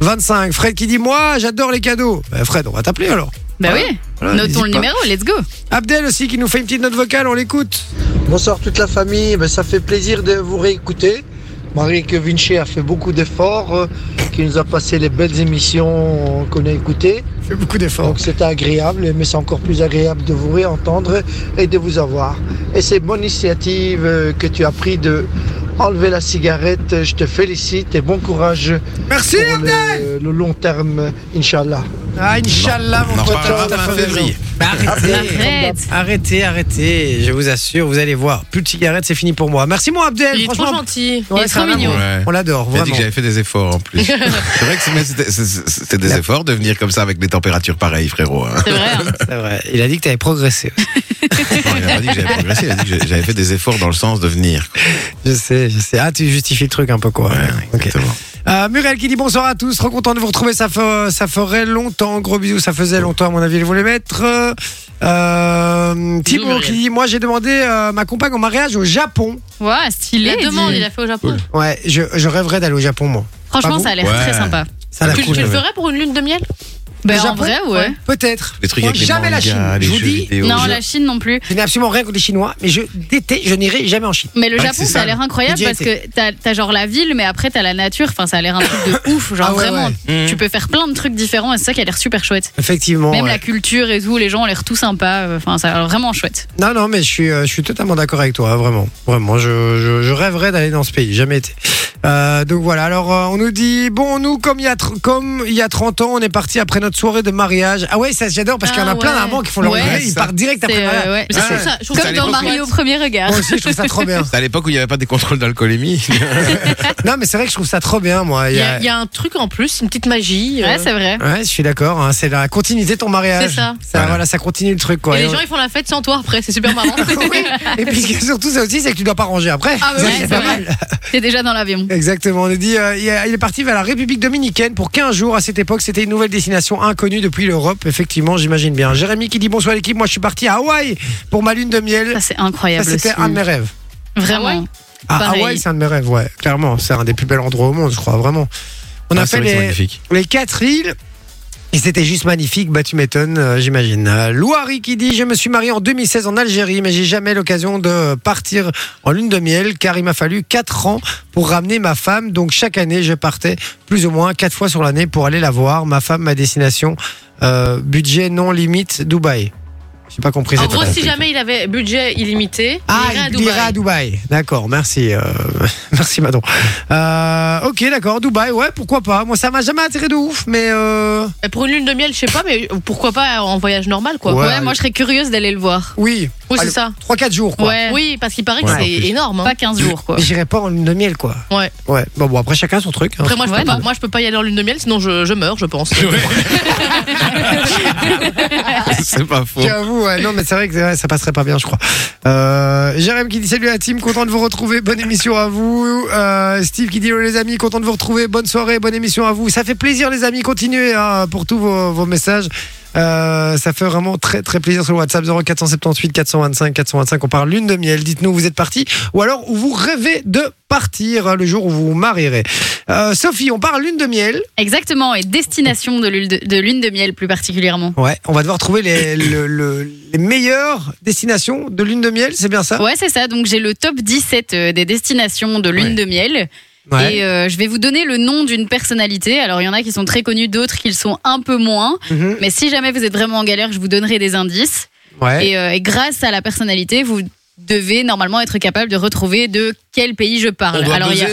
A: 425. Fred qui dit moi, j'adore les cadeaux. Ben, Fred, on va t'appeler alors.
C: Bah
A: Voilà.
C: oui,
A: Voilà, n'hésite
C: notons le
A: pas.
C: numéro, let's go.
A: Abdel aussi qui nous fait une petite note vocale, on l'écoute.
F: Bonsoir toute la famille, Ben, ça fait plaisir de vous réécouter. Malgré que Vinci a fait beaucoup d'efforts, euh, qu'il nous a passé les belles émissions qu'on a écoutées.
A: Fait beaucoup d'efforts.
F: Donc c'était agréable, mais c'est encore plus agréable de vous réentendre et de vous avoir. Et c'est bonne initiative euh, que tu as pris de enlever la cigarette. Je te félicite et bon courage
A: Merci
F: pour
A: Abdel.
F: le, le long terme, Inch'Allah.
A: Ah, Inch'Allah,
B: On
A: mon
B: en
A: pote,
B: reparlera
A: t'as
B: fin
A: raison.
B: février.
A: Bah, arrêtez.
C: Arrête.
A: Arrêtez, arrêtez, je vous assure, vous allez voir. Plus de cigarettes, c'est fini pour moi. Merci, mon Abdel.
D: Il est trop
A: Eh, franchement,
D: gentil.
A: Ouais,
C: Il est
A: c'est
C: trop
A: un amour.
C: mignon.
B: Ouais.
A: On l'adore,
B: Il a dit
A: vraiment.
B: que j'avais fait des efforts en plus. C'est vrai que c'est- mais c'était- c'est- c'est- c'était des efforts de venir comme ça avec des températures pareilles, frérot. hein.
C: C'est vrai. hein.
A: C'est vrai. Il a dit que t'avais progressé. (laughs)
B: Non, Il a pas dit que j'avais progressé, il a dit que j'avais fait des efforts dans le sens de venir. quoi.
A: Je sais, je sais. Ah, tu justifies le truc un peu, quoi.
B: Ouais,
A: Ok.
B: exactement.
A: Euh, Muriel qui dit bonsoir à tous, trop content de vous retrouver, ça, fe- ça ferait longtemps, gros bisous, ça faisait longtemps à mon avis, ils voulaient mettre. Euh, euh, Thibaut
D: Muriel.
A: qui dit, moi j'ai demandé euh, ma compagne en mariage au Japon.
C: Ouah,
D: Il
C: stylé.
D: la
C: dis.
D: demande, il a fait au Japon.
A: Ouais, je, je rêverais d'aller au Japon, moi. Pas
C: Franchement,
A: vous
C: ça a l'air
B: Ouais.
C: très sympa.
A: Ça a l'air
D: Tu,
A: cool.
D: tu le
A: ouais.
D: ferais pour une lune de miel
A: Le
C: Bah, en
A: Japon
C: vrai, ouais.
A: Peut-être.
B: Les trucs
A: Moi,
B: avec les
A: jamais la
B: mangas,
A: Chine.
B: les
A: Je vous
B: jeux
A: dis,
B: vidéo.
C: Non,
B: Je-
C: la Chine non plus.
A: je n'ai absolument rien contre les Chinois, mais je déteste, je n'irai jamais en Chine.
C: Mais le
B: Ouais,
C: Japon,
B: c'est
C: ça
B: ça.
C: a l'air incroyable
A: J'ai
C: parce
A: déjà
C: que t'as t'as genre la ville, mais après t'as la nature. Enfin, ça a l'air un truc de ouf. Genre
A: Ah ouais,
C: vraiment,
B: ouais.
C: tu peux faire plein de trucs différents et c'est ça qui a l'air super chouette.
A: Effectivement.
C: Même
A: ouais.
C: la culture et tout, les gens ont l'air tout sympas. euh, Enfin, ça a l'air vraiment chouette.
A: Non, non, mais je suis, euh, je suis totalement d'accord avec toi, hein, vraiment. Vraiment, je, je, je rêverais d'aller dans ce pays, jamais été. Euh, donc voilà, alors euh, on nous dit, bon, nous, comme il y a, tr- comme il y a 30 ans, on est parti après notre votre soirée de mariage. Ah ouais, ça j'adore parce qu'il y en a
D: Ah
A: plein
D: ouais.
A: normalement qui font leur
C: Ouais,
A: mariage, ils
B: ça.
A: partent direct après
C: C'est,
A: le Ah mariage.
C: euh, ouais.
D: Mais ça, je
B: Ouais.
D: trouve ça- je trouve
B: C'est
D: ça
B: à
C: Comme dans
B: l'époque où-
C: Marie au premier regard.
A: Moi aussi, je trouve ça trop
B: (laughs)
A: bien.
B: C'est à l'époque où il n'y avait pas des contrôles d'alcoolémie.
A: Non, mais c'est vrai que je trouve ça trop bien, moi. Il
D: Il
A: y
D: y,
A: a-
D: a, il y a un truc en plus, une petite magie. euh.
C: Ouais, c'est vrai.
A: Ouais, je suis d'accord. hein, c'est la continuité de ton mariage.
D: C'est ça.
A: voilà. ça continue le truc, quoi.
D: et les
A: on-
D: gens ils font la fête sans toi après, c'est
A: (laughs)
D: super marrant.
A: Oui, et
D: (laughs)
A: puis ce qui est surtout ça aussi, c'est que tu dois pas ranger après.
D: Ah, bah
A: Ça,
D: oui,
A: c'est
C: c'est
A: pas
C: vrai.
A: mal.
C: T'es déjà dans l'avion.
A: Exactement. On a dit, euh, il est- il est parti vers la République dominicaine pour 15 jours. À cette époque, c'était une nouvelle destination inconnue depuis l'Europe. Effectivement, j'imagine bien. Jérémy qui dit bonsoir l'équipe. Moi, je suis parti à Hawaï pour ma lune de miel.
C: Ça, c'est
A: Ça,
C: incroyable.
A: c'était
C: aussi.
A: un de mes rêves.
C: Vraiment.
A: Ah,
C: Pareil.
A: Hawaï, c'est un de mes rêves, ouais. Clairement, c'est un des plus bels endroits au monde, je crois, vraiment. On a
B: Ah,
A: fait
B: c'est vrai que c'est
A: les,
B: magnifique.
A: les quatre îles. Et c'était juste magnifique, bah tu m'étonnes, euh, j'imagine. Euh, Louari qui dit Je me suis marié en 2016 en Algérie, mais j'ai jamais l'occasion de partir en lune de miel, car il m'a fallu 4 ans pour ramener ma femme. Donc chaque année, je partais plus ou moins 4 fois sur l'année pour aller la voir. Ma femme, ma destination, euh, budget non limite, Dubaï. J'ai pas compris
D: En
A: cette
D: gros,
A: phrase.
D: si jamais il avait budget illimité,
A: Ah,
D: il irait à
A: il irait
D: Dubaï.
A: à Dubaï. D'accord, merci. euh, (laughs) merci, madame. Euh, ok, d'accord, Dubaï, ouais, pourquoi pas. Moi, ça m'a jamais attiré de ouf, mais. euh,
D: Et Pour une lune de miel, je sais pas, mais pourquoi pas en voyage normal quoi.
A: Ouais.
C: Ouais, moi, je serais curieuse d'aller le voir.
A: Oui,
D: Oui,
A: Allez.
D: c'est ça.
A: 3-4 jours, quoi.
C: Ouais.
D: Eh, Oui, parce qu'il paraît que
B: Ouais, en
D: c'est
B: plus.
D: énorme. hein.
C: Pas 15 jours, quoi.
A: Mais J'irai pas en lune de miel, quoi.
D: Ouais.
A: Ouais. Bon, bon, après, chacun son truc. hein.
D: Après, moi je,
C: Ouais,
D: peux pas,
C: non.
D: moi, je peux pas y aller en lune de miel, sinon je, je meurs, je pense.
C: Ah,
B: (laughs) c'est pas faux.
A: J'avoue, ouais. Non, mais c'est vrai que ouais, ça passerait pas bien, je crois. Euh, Jérém qui dit salut à la team, content de vous retrouver, bonne émission à vous. Euh, Steve qui dit hello les amis, content de vous retrouver, bonne soirée, bonne émission à vous. Ça fait plaisir les amis, continuez hein, pour tous vos, vos messages. Euh, ça fait vraiment très très plaisir sur le WhatsApp 0478 425 425. On parle lune de miel. Dites-nous vous êtes parti ou alors où vous rêvez de partir hein, le jour où vous vous marierez. Euh, Sophie, on parle lune de miel.
C: Exactement, et destination de l'une de, de lune de miel plus particulièrement.
A: Ouais, on va devoir trouver les, le- le- les meilleures destinations de lune de miel. C'est bien ça.
C: Ouais, c'est ça. Donc j'ai le top 17 euh, des destinations de lune
A: Ouais.
C: de miel.
A: Ouais.
C: Et euh, je vais vous donner le nom d'une personnalité. Alors il y en a qui sont très connus, d'autres qui le sont un peu moins.
A: Mhm.
C: Mais si jamais vous êtes vraiment en galère, je vous donnerai des indices.
A: Ouais.
C: Et, euh, et grâce à la personnalité, vous devez normalement être capable de retrouver de quel pays je parle. Alors il y a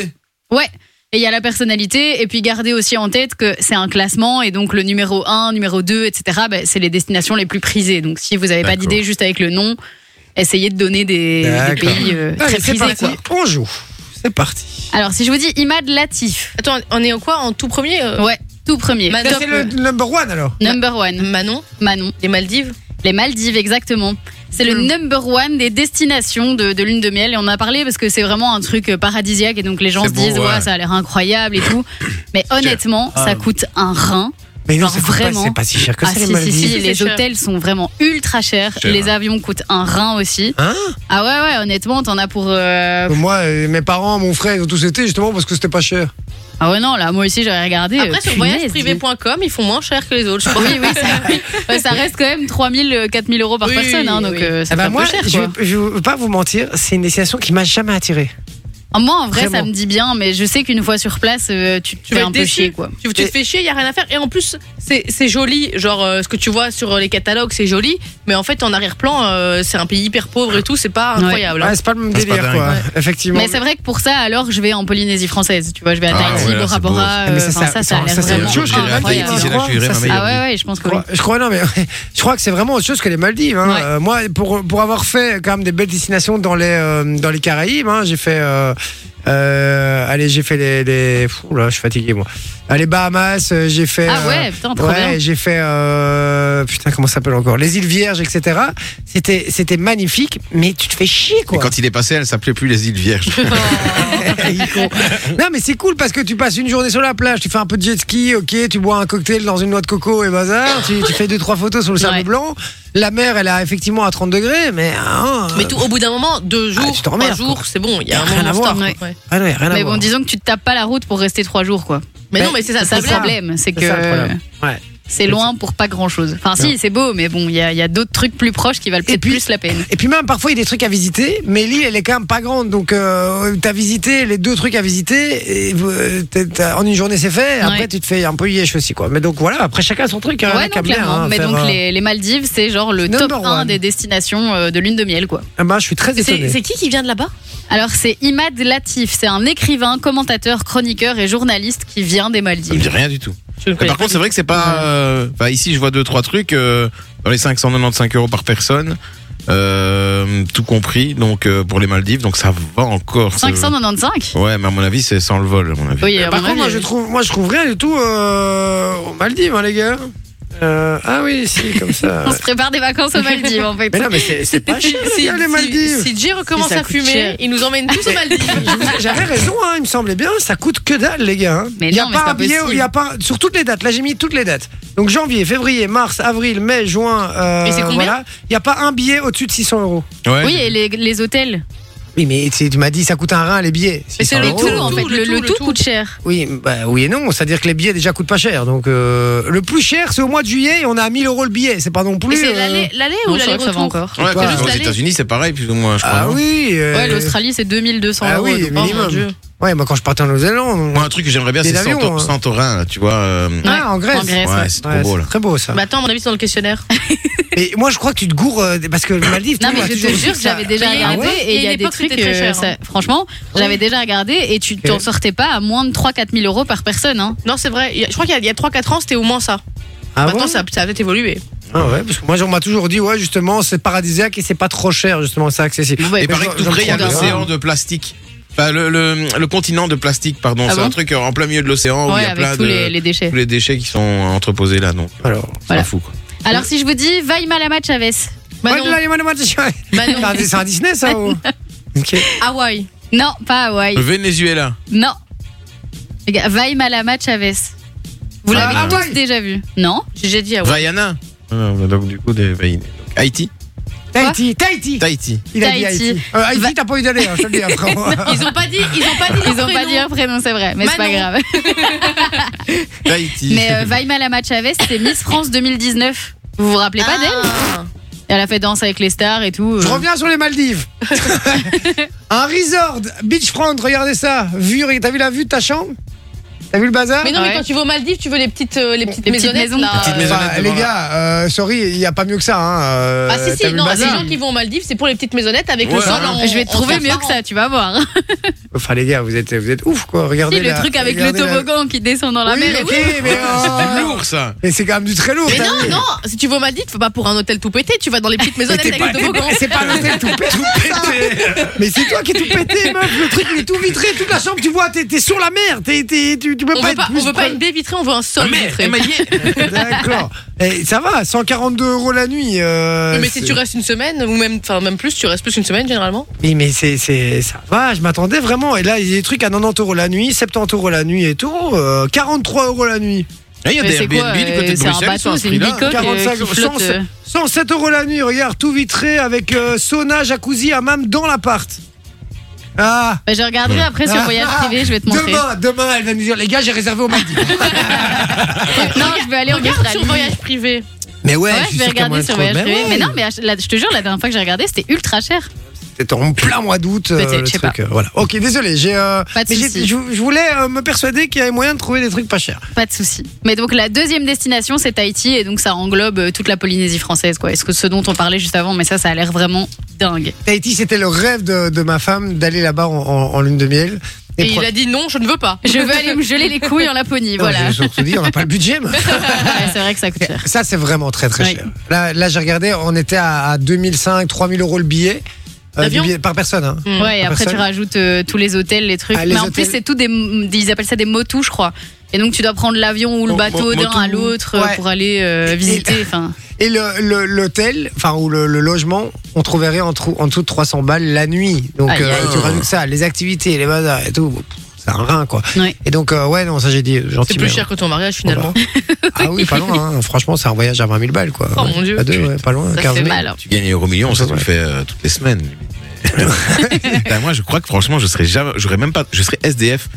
C: Ouais. Et il y a la personnalité, et puis gardez aussi en tête que c'est un classement, et donc le numéro 1, numéro 2, etc., ben, c'est les destinations les plus prisées. Donc si vous n'avez pas
B: D'accord.
C: d'idée juste avec le nom, essayez de donner des, des
A: D'accord.
C: pays euh,
A: Allez,
C: très
A: c'est
C: prisés.
A: parti.
C: quoi.
A: On joue. C'est parti.
C: Alors si je vous dis Imad Latif,
D: Attends, on est au quoi En tout premier euh,
C: ouais, tout premier.
D: Manon.
A: Ça,
D: Top.
A: C'est le number one alors.
C: Number one,
D: Manon,
C: Manon.
D: les Maldives.
C: Les Maldives, exactement. C'est le
A: Mmh.
D: Mm.
C: number one des destinations de, de lune de miel. Et on en a parlé parce que c'est vraiment un truc euh, paradisiaque. Et donc les gens
B: C'est
C: se
B: beau,
C: disent, ouais.
B: ouais.
C: ça a l'air incroyable et tout. Mais honnêtement, ça coûte un rein.
A: Mais non,
C: Genre
A: ça coûte pas-
C: vraiment.
A: C'est pas si cher que
C: Ah
A: ça. les
C: si, si,
A: Maldives.
C: si,
D: C'est
C: les
D: cher.
C: hôtels sont vraiment ultra chers.
B: Cher,
C: Les avions coûtent un rein aussi.
A: Hein
C: ah ouais, ouais, honnêtement, t'en as pour... euh,
A: Moi, euh, mes parents, mon frère, ils ont tous été justement parce que c'était pas cher.
C: Ah ouais, non, là, moi aussi, j'avais regardé.
D: Après,
C: euh,
D: sur
C: punaise,
D: voyageprivé.com, ils font moins cher que les autres, je crois.
C: Oui, oui, ça, ça reste quand même 3000, euh, 4000 euros par
D: Oui,
C: personne. hein,
D: oui,
C: donc,
D: oui.
C: euh,
A: Eh
C: c'est
A: ben,
C: pas
A: moi,
C: peu cher,
A: je,
C: quoi.
A: vais- je veux pas vous mentir, c'est une destination qui m'a jamais attiré.
C: Ah, Moi, en vrai, ça
A: Vraiment.
C: me dit bien, mais je sais qu'une fois sur place, euh, tu, tu fais
D: vas être
C: un peu
D: déçu.
C: chier, quoi.
D: Tu, tu te fais chier, il n'y a rien à faire. Et en plus, c'est c'est joli. Genre, euh, ce que tu vois sur les catalogues, c'est joli. Mais en fait, en arrière-plan, euh, c'est un pays hyper pauvre et tout. C'est pas
C: Ouais.
D: incroyable. hein.
A: Ouais, c'est pas le même
B: Ah, c'est pas
A: délire,
B: dingue.
A: quoi. Effectivement.
C: Oh Mais c'est vrai que pour ça, alors, je vais en Polynésie française. Tu vois, je vais à
B: Ah,
C: Tahiti,
B: ouais, là,
C: Bora
B: c'est beau.
C: Bora.
A: Ah, mais
C: euh,
A: ça, ça-
C: enfin, ça, ça a l'air
A: ça, c'est
B: C'est
A: autre
C: vraiment
B: la
A: chose
B: chose
A: que
B: que
A: les
B: j'ai
A: Maldives,
C: incroyable.
A: je
B: là, je
A: crois.
B: irai
A: Ça,
B: à
A: c'est-
B: Miami.
C: Ah ouais, ouais, je pense
A: Je
C: que oui.
A: crois, je crois- non mais (laughs) je crois que c'est vraiment autre chose que les Maldives. hein.
C: Ouais.
A: Euh, moi, pour pour avoir fait quand même des belles destinations dans les euh, dans les Caraïbes, hein, j'ai fait. euh, euh, allez, j'ai fait les, les... Ouh là, je suis fatigué moi. À les Bahamas, euh, j'ai fait.
C: Ah ouais, putain, trop
A: ouais,
C: bien.
A: j'ai fait euh, putain comment ça s'appelle encore les îles Vierges etc. C'était c'était magnifique mais tu te fais chier
B: Et
A: quoi.
B: quand il est passé, elle s'appelait plus les îles Vierges.
A: (laughs) Il est con. non mais c'est cool parce que tu passes une journée sur la plage, tu fais un peu de jet ski, ok, tu bois un cocktail dans une noix de coco et bazar, tu, tu fais deux trois photos sur le sable
C: Ouais.
A: blanc. La mer elle a effectivement à 30 degrés mais hein,
D: Ah, Mais tout, au bout d'un moment, deux jours,
A: Ah, tu t'emmerdes,
D: trois jours, c'est bon. Il y a un
A: Rien à
D: moment
A: voir,
D: stop.
C: ouais.
D: Ouais.
A: ah non, y a rien à
C: Mais
A: voir.
C: bon, disons que tu te tapes pas la route pour rester trois jours, quoi.
D: Mais
A: Mais
D: non, mais c'est ça.
A: c'est
D: ça
C: C'est le
A: ça.
C: problème, c'est
A: C'est ça, le
C: que
A: problème. Ouais.
C: c'est loin pour pas grand chose. Enfin, si, c'est beau, mais bon, il y a, il y a d'autres trucs plus proches qui valent peut-être
A: puis-
C: plus la peine.
A: Et puis même parfois il y a des trucs à visiter, mais l'île elle est quand même pas grande, donc euh, t'as visité les deux trucs à visiter, et, euh, t'es- t'as- en une journée c'est fait, après
C: Ouais.
A: tu te fais un peu yesh aussi quoi. Mais donc voilà, après chacun son truc, hein,
C: ouais,
A: qu'à
C: non,
A: bien,
C: clairement.
A: hein,
C: mais
A: faire,
C: donc,
A: euh,
C: les, les Maldives, c'est genre le
A: Number
C: top 1
A: one.
C: des destinations euh, de lune de miel, quoi.
A: Ah ben, je suis très étonné.
D: C'est c'est qui qui vient de là-bas
C: Alors, c'est Imad Latif, c'est un écrivain, commentateur, chroniqueur et journaliste qui vient des
B: Ça me
C: Maldives.
B: dit rien du tout.
D: Je ne
B: Mais
D: connais
B: par
D: pas
B: contre, c'est vrai que c'est pas. euh, Enfin, ici, je vois deux trois trucs euh, dans les 595 euros par personne, euh, tout compris. Donc euh, pour les Maldives, donc ça va encore. ça-
C: 595
B: Ouais, mais à mon avis, c'est sans le vol. À mon avis.
C: Oui, euh, à
A: Par
C: mon
A: contre, moi
C: avis,
A: je, trouve, moi, je trouve rien du tout euh, aux Maldives, hein, les gars. Euh, ah oui, si, comme
C: (laughs)
A: ça.
C: On se prépare des vacances aux Maldives, en fait.
A: mais non, mais c'est c'est pas cher, les
D: Si,
A: gars, les
D: si-
A: Maldives.
D: si Jay recommence
G: Mais ça
D: à
G: coûte
D: fumer,
G: cher.
D: il nous emmène tous aux Maldives.
A: Je vous- J'avais raison, hein, il me semblait bien, ça coûte que dalle, les gars. hein.
C: Mais
A: Il y a
C: non, mais
A: pas
C: c'est
A: un
C: pas
A: billet,
C: possible.
A: il y a pas sur toutes les dates. Là, j'ai mis toutes les dates. Donc janvier, février, mars, avril, mai, juin. euh,
C: Et c'est combien
A: voilà. Il y a pas un billet au-dessus de 600 euros.
B: Ouais.
C: Oui, et les, les hôtels.
A: Oui, mais tu tu m'as dit ça coûte un rein les billets.
D: Mais c'est
A: 600
D: le
C: Le
A: euros.
C: tout,
D: tout,
C: en fait.
D: le
C: Le,
D: tout,
C: le
D: le
C: tout
D: tout.
C: coûte cher.
A: Oui, bah, oui et non. C'est-à-dire que les billets déjà coûtent pas cher. Donc euh, le plus cher, c'est au mois de juillet et on a à 1000 euros le billet. C'est pas non
D: Et
A: plus.
D: c'est
A: euh,
D: l'aller l'aller ou
C: Non, c'est vrai que ça va
D: l'aller-retour
C: encore.
B: Ouais,
A: Bah,
B: quand je vais aux
D: l'aller.
B: États-Unis, c'est pareil, plus ou moins, je crois.
A: Ah
B: non
A: oui. euh,
C: Ouais, l'Australie, c'est 2200
A: Ah
C: euros.
A: oui,
C: donc, oh mon
A: minimum.
C: Dieu.
A: Ouais, moi quand je partais en Nouvelle-Zélande. on-
B: Moi, un truc que j'aimerais bien,
A: Des
B: c'est
A: avions,
B: Santor-
A: hein.
B: Santorin, là, tu vois. euh,
C: Ouais,
A: Ah, en Grèce.
C: En Grèce,
B: ouais,
C: ouais.
B: c'est trop
A: Ouais,
B: beau,
A: c'est
B: là.
A: très beau ça.
D: Bah attends, à mon avis, c'est dans le questionnaire.
A: Mais moi je crois que tu te gourres euh, parce que le Maldives.
C: Non
A: tout le
C: mais
A: monde a
C: je te
A: toujours
C: jure,
A: dit ça.
C: j'avais déjà
D: Mais il y a
C: regardé
D: une époque-
C: et il y a
D: une
C: des
D: époque,
C: trucs,
D: c'était très
C: euh,
D: cher,
C: ça-
D: hein.
C: franchement, j'avais déjà regardé et tu t'en sortais pas à moins de 3-4 000 euros par personne. Hein.
D: Non, c'est vrai. Il y a- Je crois qu'il y a- il y a 3-4 ans, c'était au moins ça.
A: Ah
D: Maintenant,
A: bon
D: ça, a- ça a peut-être évolué.
A: Ah ouais, parce que moi on m'a toujours dit ouais justement c'est paradisiaque et c'est pas trop cher justement c'est accessible.
C: Ouais,
A: Mais
B: Et paraît
A: j'en-
B: que tout
A: j'en
B: près, il y a
A: prends des
B: l'océan
A: uns.
B: de plastique. Enfin, le, le, le continent de plastique, pardon.
C: Ah
B: c'est
C: bon
B: un truc en plein milieu de l'océan où Oh, il
C: Ouais,
B: y a plein
C: avec tous
B: de.
C: les, les déchets.
B: tous les déchets qui sont entreposés là, donc
A: Alors.
B: c'est
C: Voilà.
B: pas fou. Quoi.
C: Alors si je vous dis Vaïma Lama Chavez, Bah
D: Manon,
A: Ouais, là, les moines, les moines, c'est ouais.
D: Manon.
A: C'est un- c'est un Disney ça
C: (laughs)
A: ou Ok.
D: Hawaï.
C: non, pas Hawaï,
B: Le Venezuela.
C: non. Les gars, Vaïma Lama Chavez. Vous l'avez
B: Ah,
C: tous
A: Hawaï.
C: déjà vu Non
D: J'ai déjà dit
C: Ah
D: Hawaï.
B: Vaiana. Ah, bah, donc du coup des Vaïnes. Donc, Haïti.
A: Tahiti, Tahiti.
B: Tahiti.
A: Il a dit
C: Tahiti.
A: Haïti. Euh, Haïti
C: Va-
A: t'as pas eu d'aller, hein, je te le dis après.
D: Ils ont pas dit, ils ont pas dit, ah,
C: Ils
D: leur
C: ont pas
D: prénom.
C: dit leur prénom, c'est vrai, mais c'est pas
D: Manon.
C: grave. (laughs)
B: Tahiti.
C: Mais euh, Vaïma Lama Chavez, c'était Miss France 2019. Vous vous rappelez pas d'elle
D: Ah.
C: Elle a fait danse avec les stars et tout.
A: Je
C: euh.
A: reviens sur les
D: (laughs)
A: Maldives. un resort, beachfront, regardez ça. Vue, t'as vu la vue de ta chambre T'as vu le bazar
D: Mais non, mais
C: Ouais.
D: quand tu vas aux Maldives, tu veux les petites, euh, les petites
C: Les petites
D: maisonnettes
C: maisons.
D: là.
B: Petites
D: euh,
B: maisons.
A: Enfin, les
B: devant la-
A: gars, euh, sorry, il n'y a pas mieux que ça. Hein. euh,
D: Ah si
A: t'as
D: si,
A: vu le
D: non, les
A: bazar
D: gens qui vont aux Maldives, c'est pour les petites maisonnettes avec le
B: Ouais.
D: sol.
B: Ah,
D: en-
C: Je vais te
D: en
C: trouver mieux que
D: transparent.
C: ça, tu vas voir.
A: Enfin, les gars, vous êtes, vous êtes ouf, quoi.
C: Si,
A: Regardez
C: le
A: la-
C: truc avec le
A: regardez la-
C: toboggan qui descend dans la
A: Oui,
C: mer.
A: ok, mais,
D: (laughs)
A: euh,
B: C'est lourd ça.
A: mais c'est quand même du très lourd.
D: Mais
A: t'as
D: non,
A: vu.
D: non, si tu vas aux Maldives, faut pas pour un hôtel tout pété, tu vas dans les petites
A: Mais
D: maisonnettes
A: t'es
D: avec
A: pas-
D: le toboggan.
A: (laughs) c'est pas l'hôtel tout pété. Mais c'est toi qui es tout pété, meuf. Le truc, il est tout vitré. Toute la chambre, tu vois, t'es t'es sur la mer. T'es- t'es- tu, tu peux
D: On
A: pas
D: veut
A: être
D: pas,
A: plus
D: on veut pas une baie vitrée, on veut un sol vitré.
A: près. (laughs) D'accord. Et ça va, 142 euros la nuit. euh,
D: Mais si
A: c'est-
D: tu restes une semaine, ou même, enfin, même plus, tu restes plus une semaine généralement.
A: Oui, mais c'est, c'est, ça va, je m'attendais vraiment. Et là, il y a des trucs à 90 euros la nuit, 70 euros la nuit et tout, euh, 43 euros la nuit,
B: Il y a
C: Mais
B: des
C: c'est quoi,
B: Airbnb du côté
C: euh,
B: de
C: c'est
B: Bruxelles.
C: un
B: ils sont à
C: bateau,
B: ce
C: c'est une
B: prix-là.
C: bicoque. euh,
A: 45,
C: qui flotte,
A: 100,
C: euh.
A: 107 euros la nuit, regarde, tout vitré avec euh, sauna, jacuzzi, hammam dans l'appart. Ah!
C: Bah, je regarderai après sur
A: Ah,
C: Voyage
A: ah,
C: Privé, je vais te montrer.
A: Demain, demain, elle va nous dire, les gars, j'ai réservé au Maldives.
C: (laughs) Non, je
A: (laughs)
C: vais aller en
D: Regarde
C: Australie.
D: sur voyage privé.
A: mais ouais,
C: Ouais,
A: je suis
C: je vais
A: sûr qu'il y a moyen
C: regarder
A: de
C: sur
A: trouver.
C: Voyage Privé. Mais
A: Bah ouais,
C: non, mais ach- la- je te jure, la dernière fois que j'ai regardé, c'était ultra cher.
A: C'était en plein mois d'août, euh,
C: Peut-être,
A: le
C: je sais
A: truc. euh, voilà. Ok, désolé, j'ai. euh,
C: Pas de
A: mais j'ai-
C: souci.
A: je je voulais euh, me persuader qu'il y avait moyen de trouver des trucs pas chers.
C: Pas de souci. Mais donc la deuxième destination, c'est Tahiti et donc ça englobe euh, toute la Polynésie française, quoi. Est-ce que ce dont on parlait juste avant, mais ça, ça a l'air vraiment dingue.
A: Tahiti, c'était le rêve de, de ma femme d'aller là-bas en, en- en lune de miel.
D: Et
A: pro-
D: il a dit non, je ne veux pas. Hmm.
C: Je veux aller me geler les couilles
A: (laughs)
C: en Laponie,
A: Non,
C: voilà.
A: j'ai surtout dit, on n'a pas le budget. mais-
D: (laughs)
A: (laughs)
C: Ouais, c'est vrai que ça coûte cher.
A: Ça, c'est vraiment très très
C: Oui.
A: cher. Là, là j'ai regardé, on était à, à 2005, 3000 euros le billet. Euh,
D: L'avion
A: du billet par personne. hein.
D: Mm.
C: Ouais, et après
A: Personne.
C: tu rajoutes euh, tous les hôtels, les trucs.
A: Ah, les
C: mais en
A: hôtels.
C: plus, c'est tout des, ils appellent ça des motus, je crois. Et donc tu dois prendre l'avion ou le
B: Mo-
C: bateau
B: mo-
C: d'un
B: motu.
C: à l'autre euh,
A: Oh, Ouais.
C: pour aller euh,
A: Et- (laughs)
C: visiter. Enfin,
A: Et l'hôtel, le, l'hôtel, enfin, ou le, le logement, on trouvait rien en, trou- en dessous de 300 balles la nuit. Donc,
C: Aïe,
A: euh,
C: aïe.
A: tu rajoutes ça, les activités, les bazars et tout. pff, C'est un rein, quoi.
C: Ouais.
A: Et donc, euh, ouais, non, ça, j'ai dit, gentil.
D: C'est plus
A: mais-
D: cher que ton mariage finalement.
A: Ah oui, pas loin. hein. Franchement, c'est un voyage à 20 000 balles, quoi.
D: Oh, mon Dieu.
A: Pas, deux, ouais, pas loin,
C: ça
A: 15
C: fait
A: 000.
C: mal. hein.
B: Tu gagnes euro million, ça tu le fais euh, toutes les semaines. limite, mais- (laughs) Ben, moi, je crois que franchement, je serais jamais, j'aurais même pas, je serais SDF.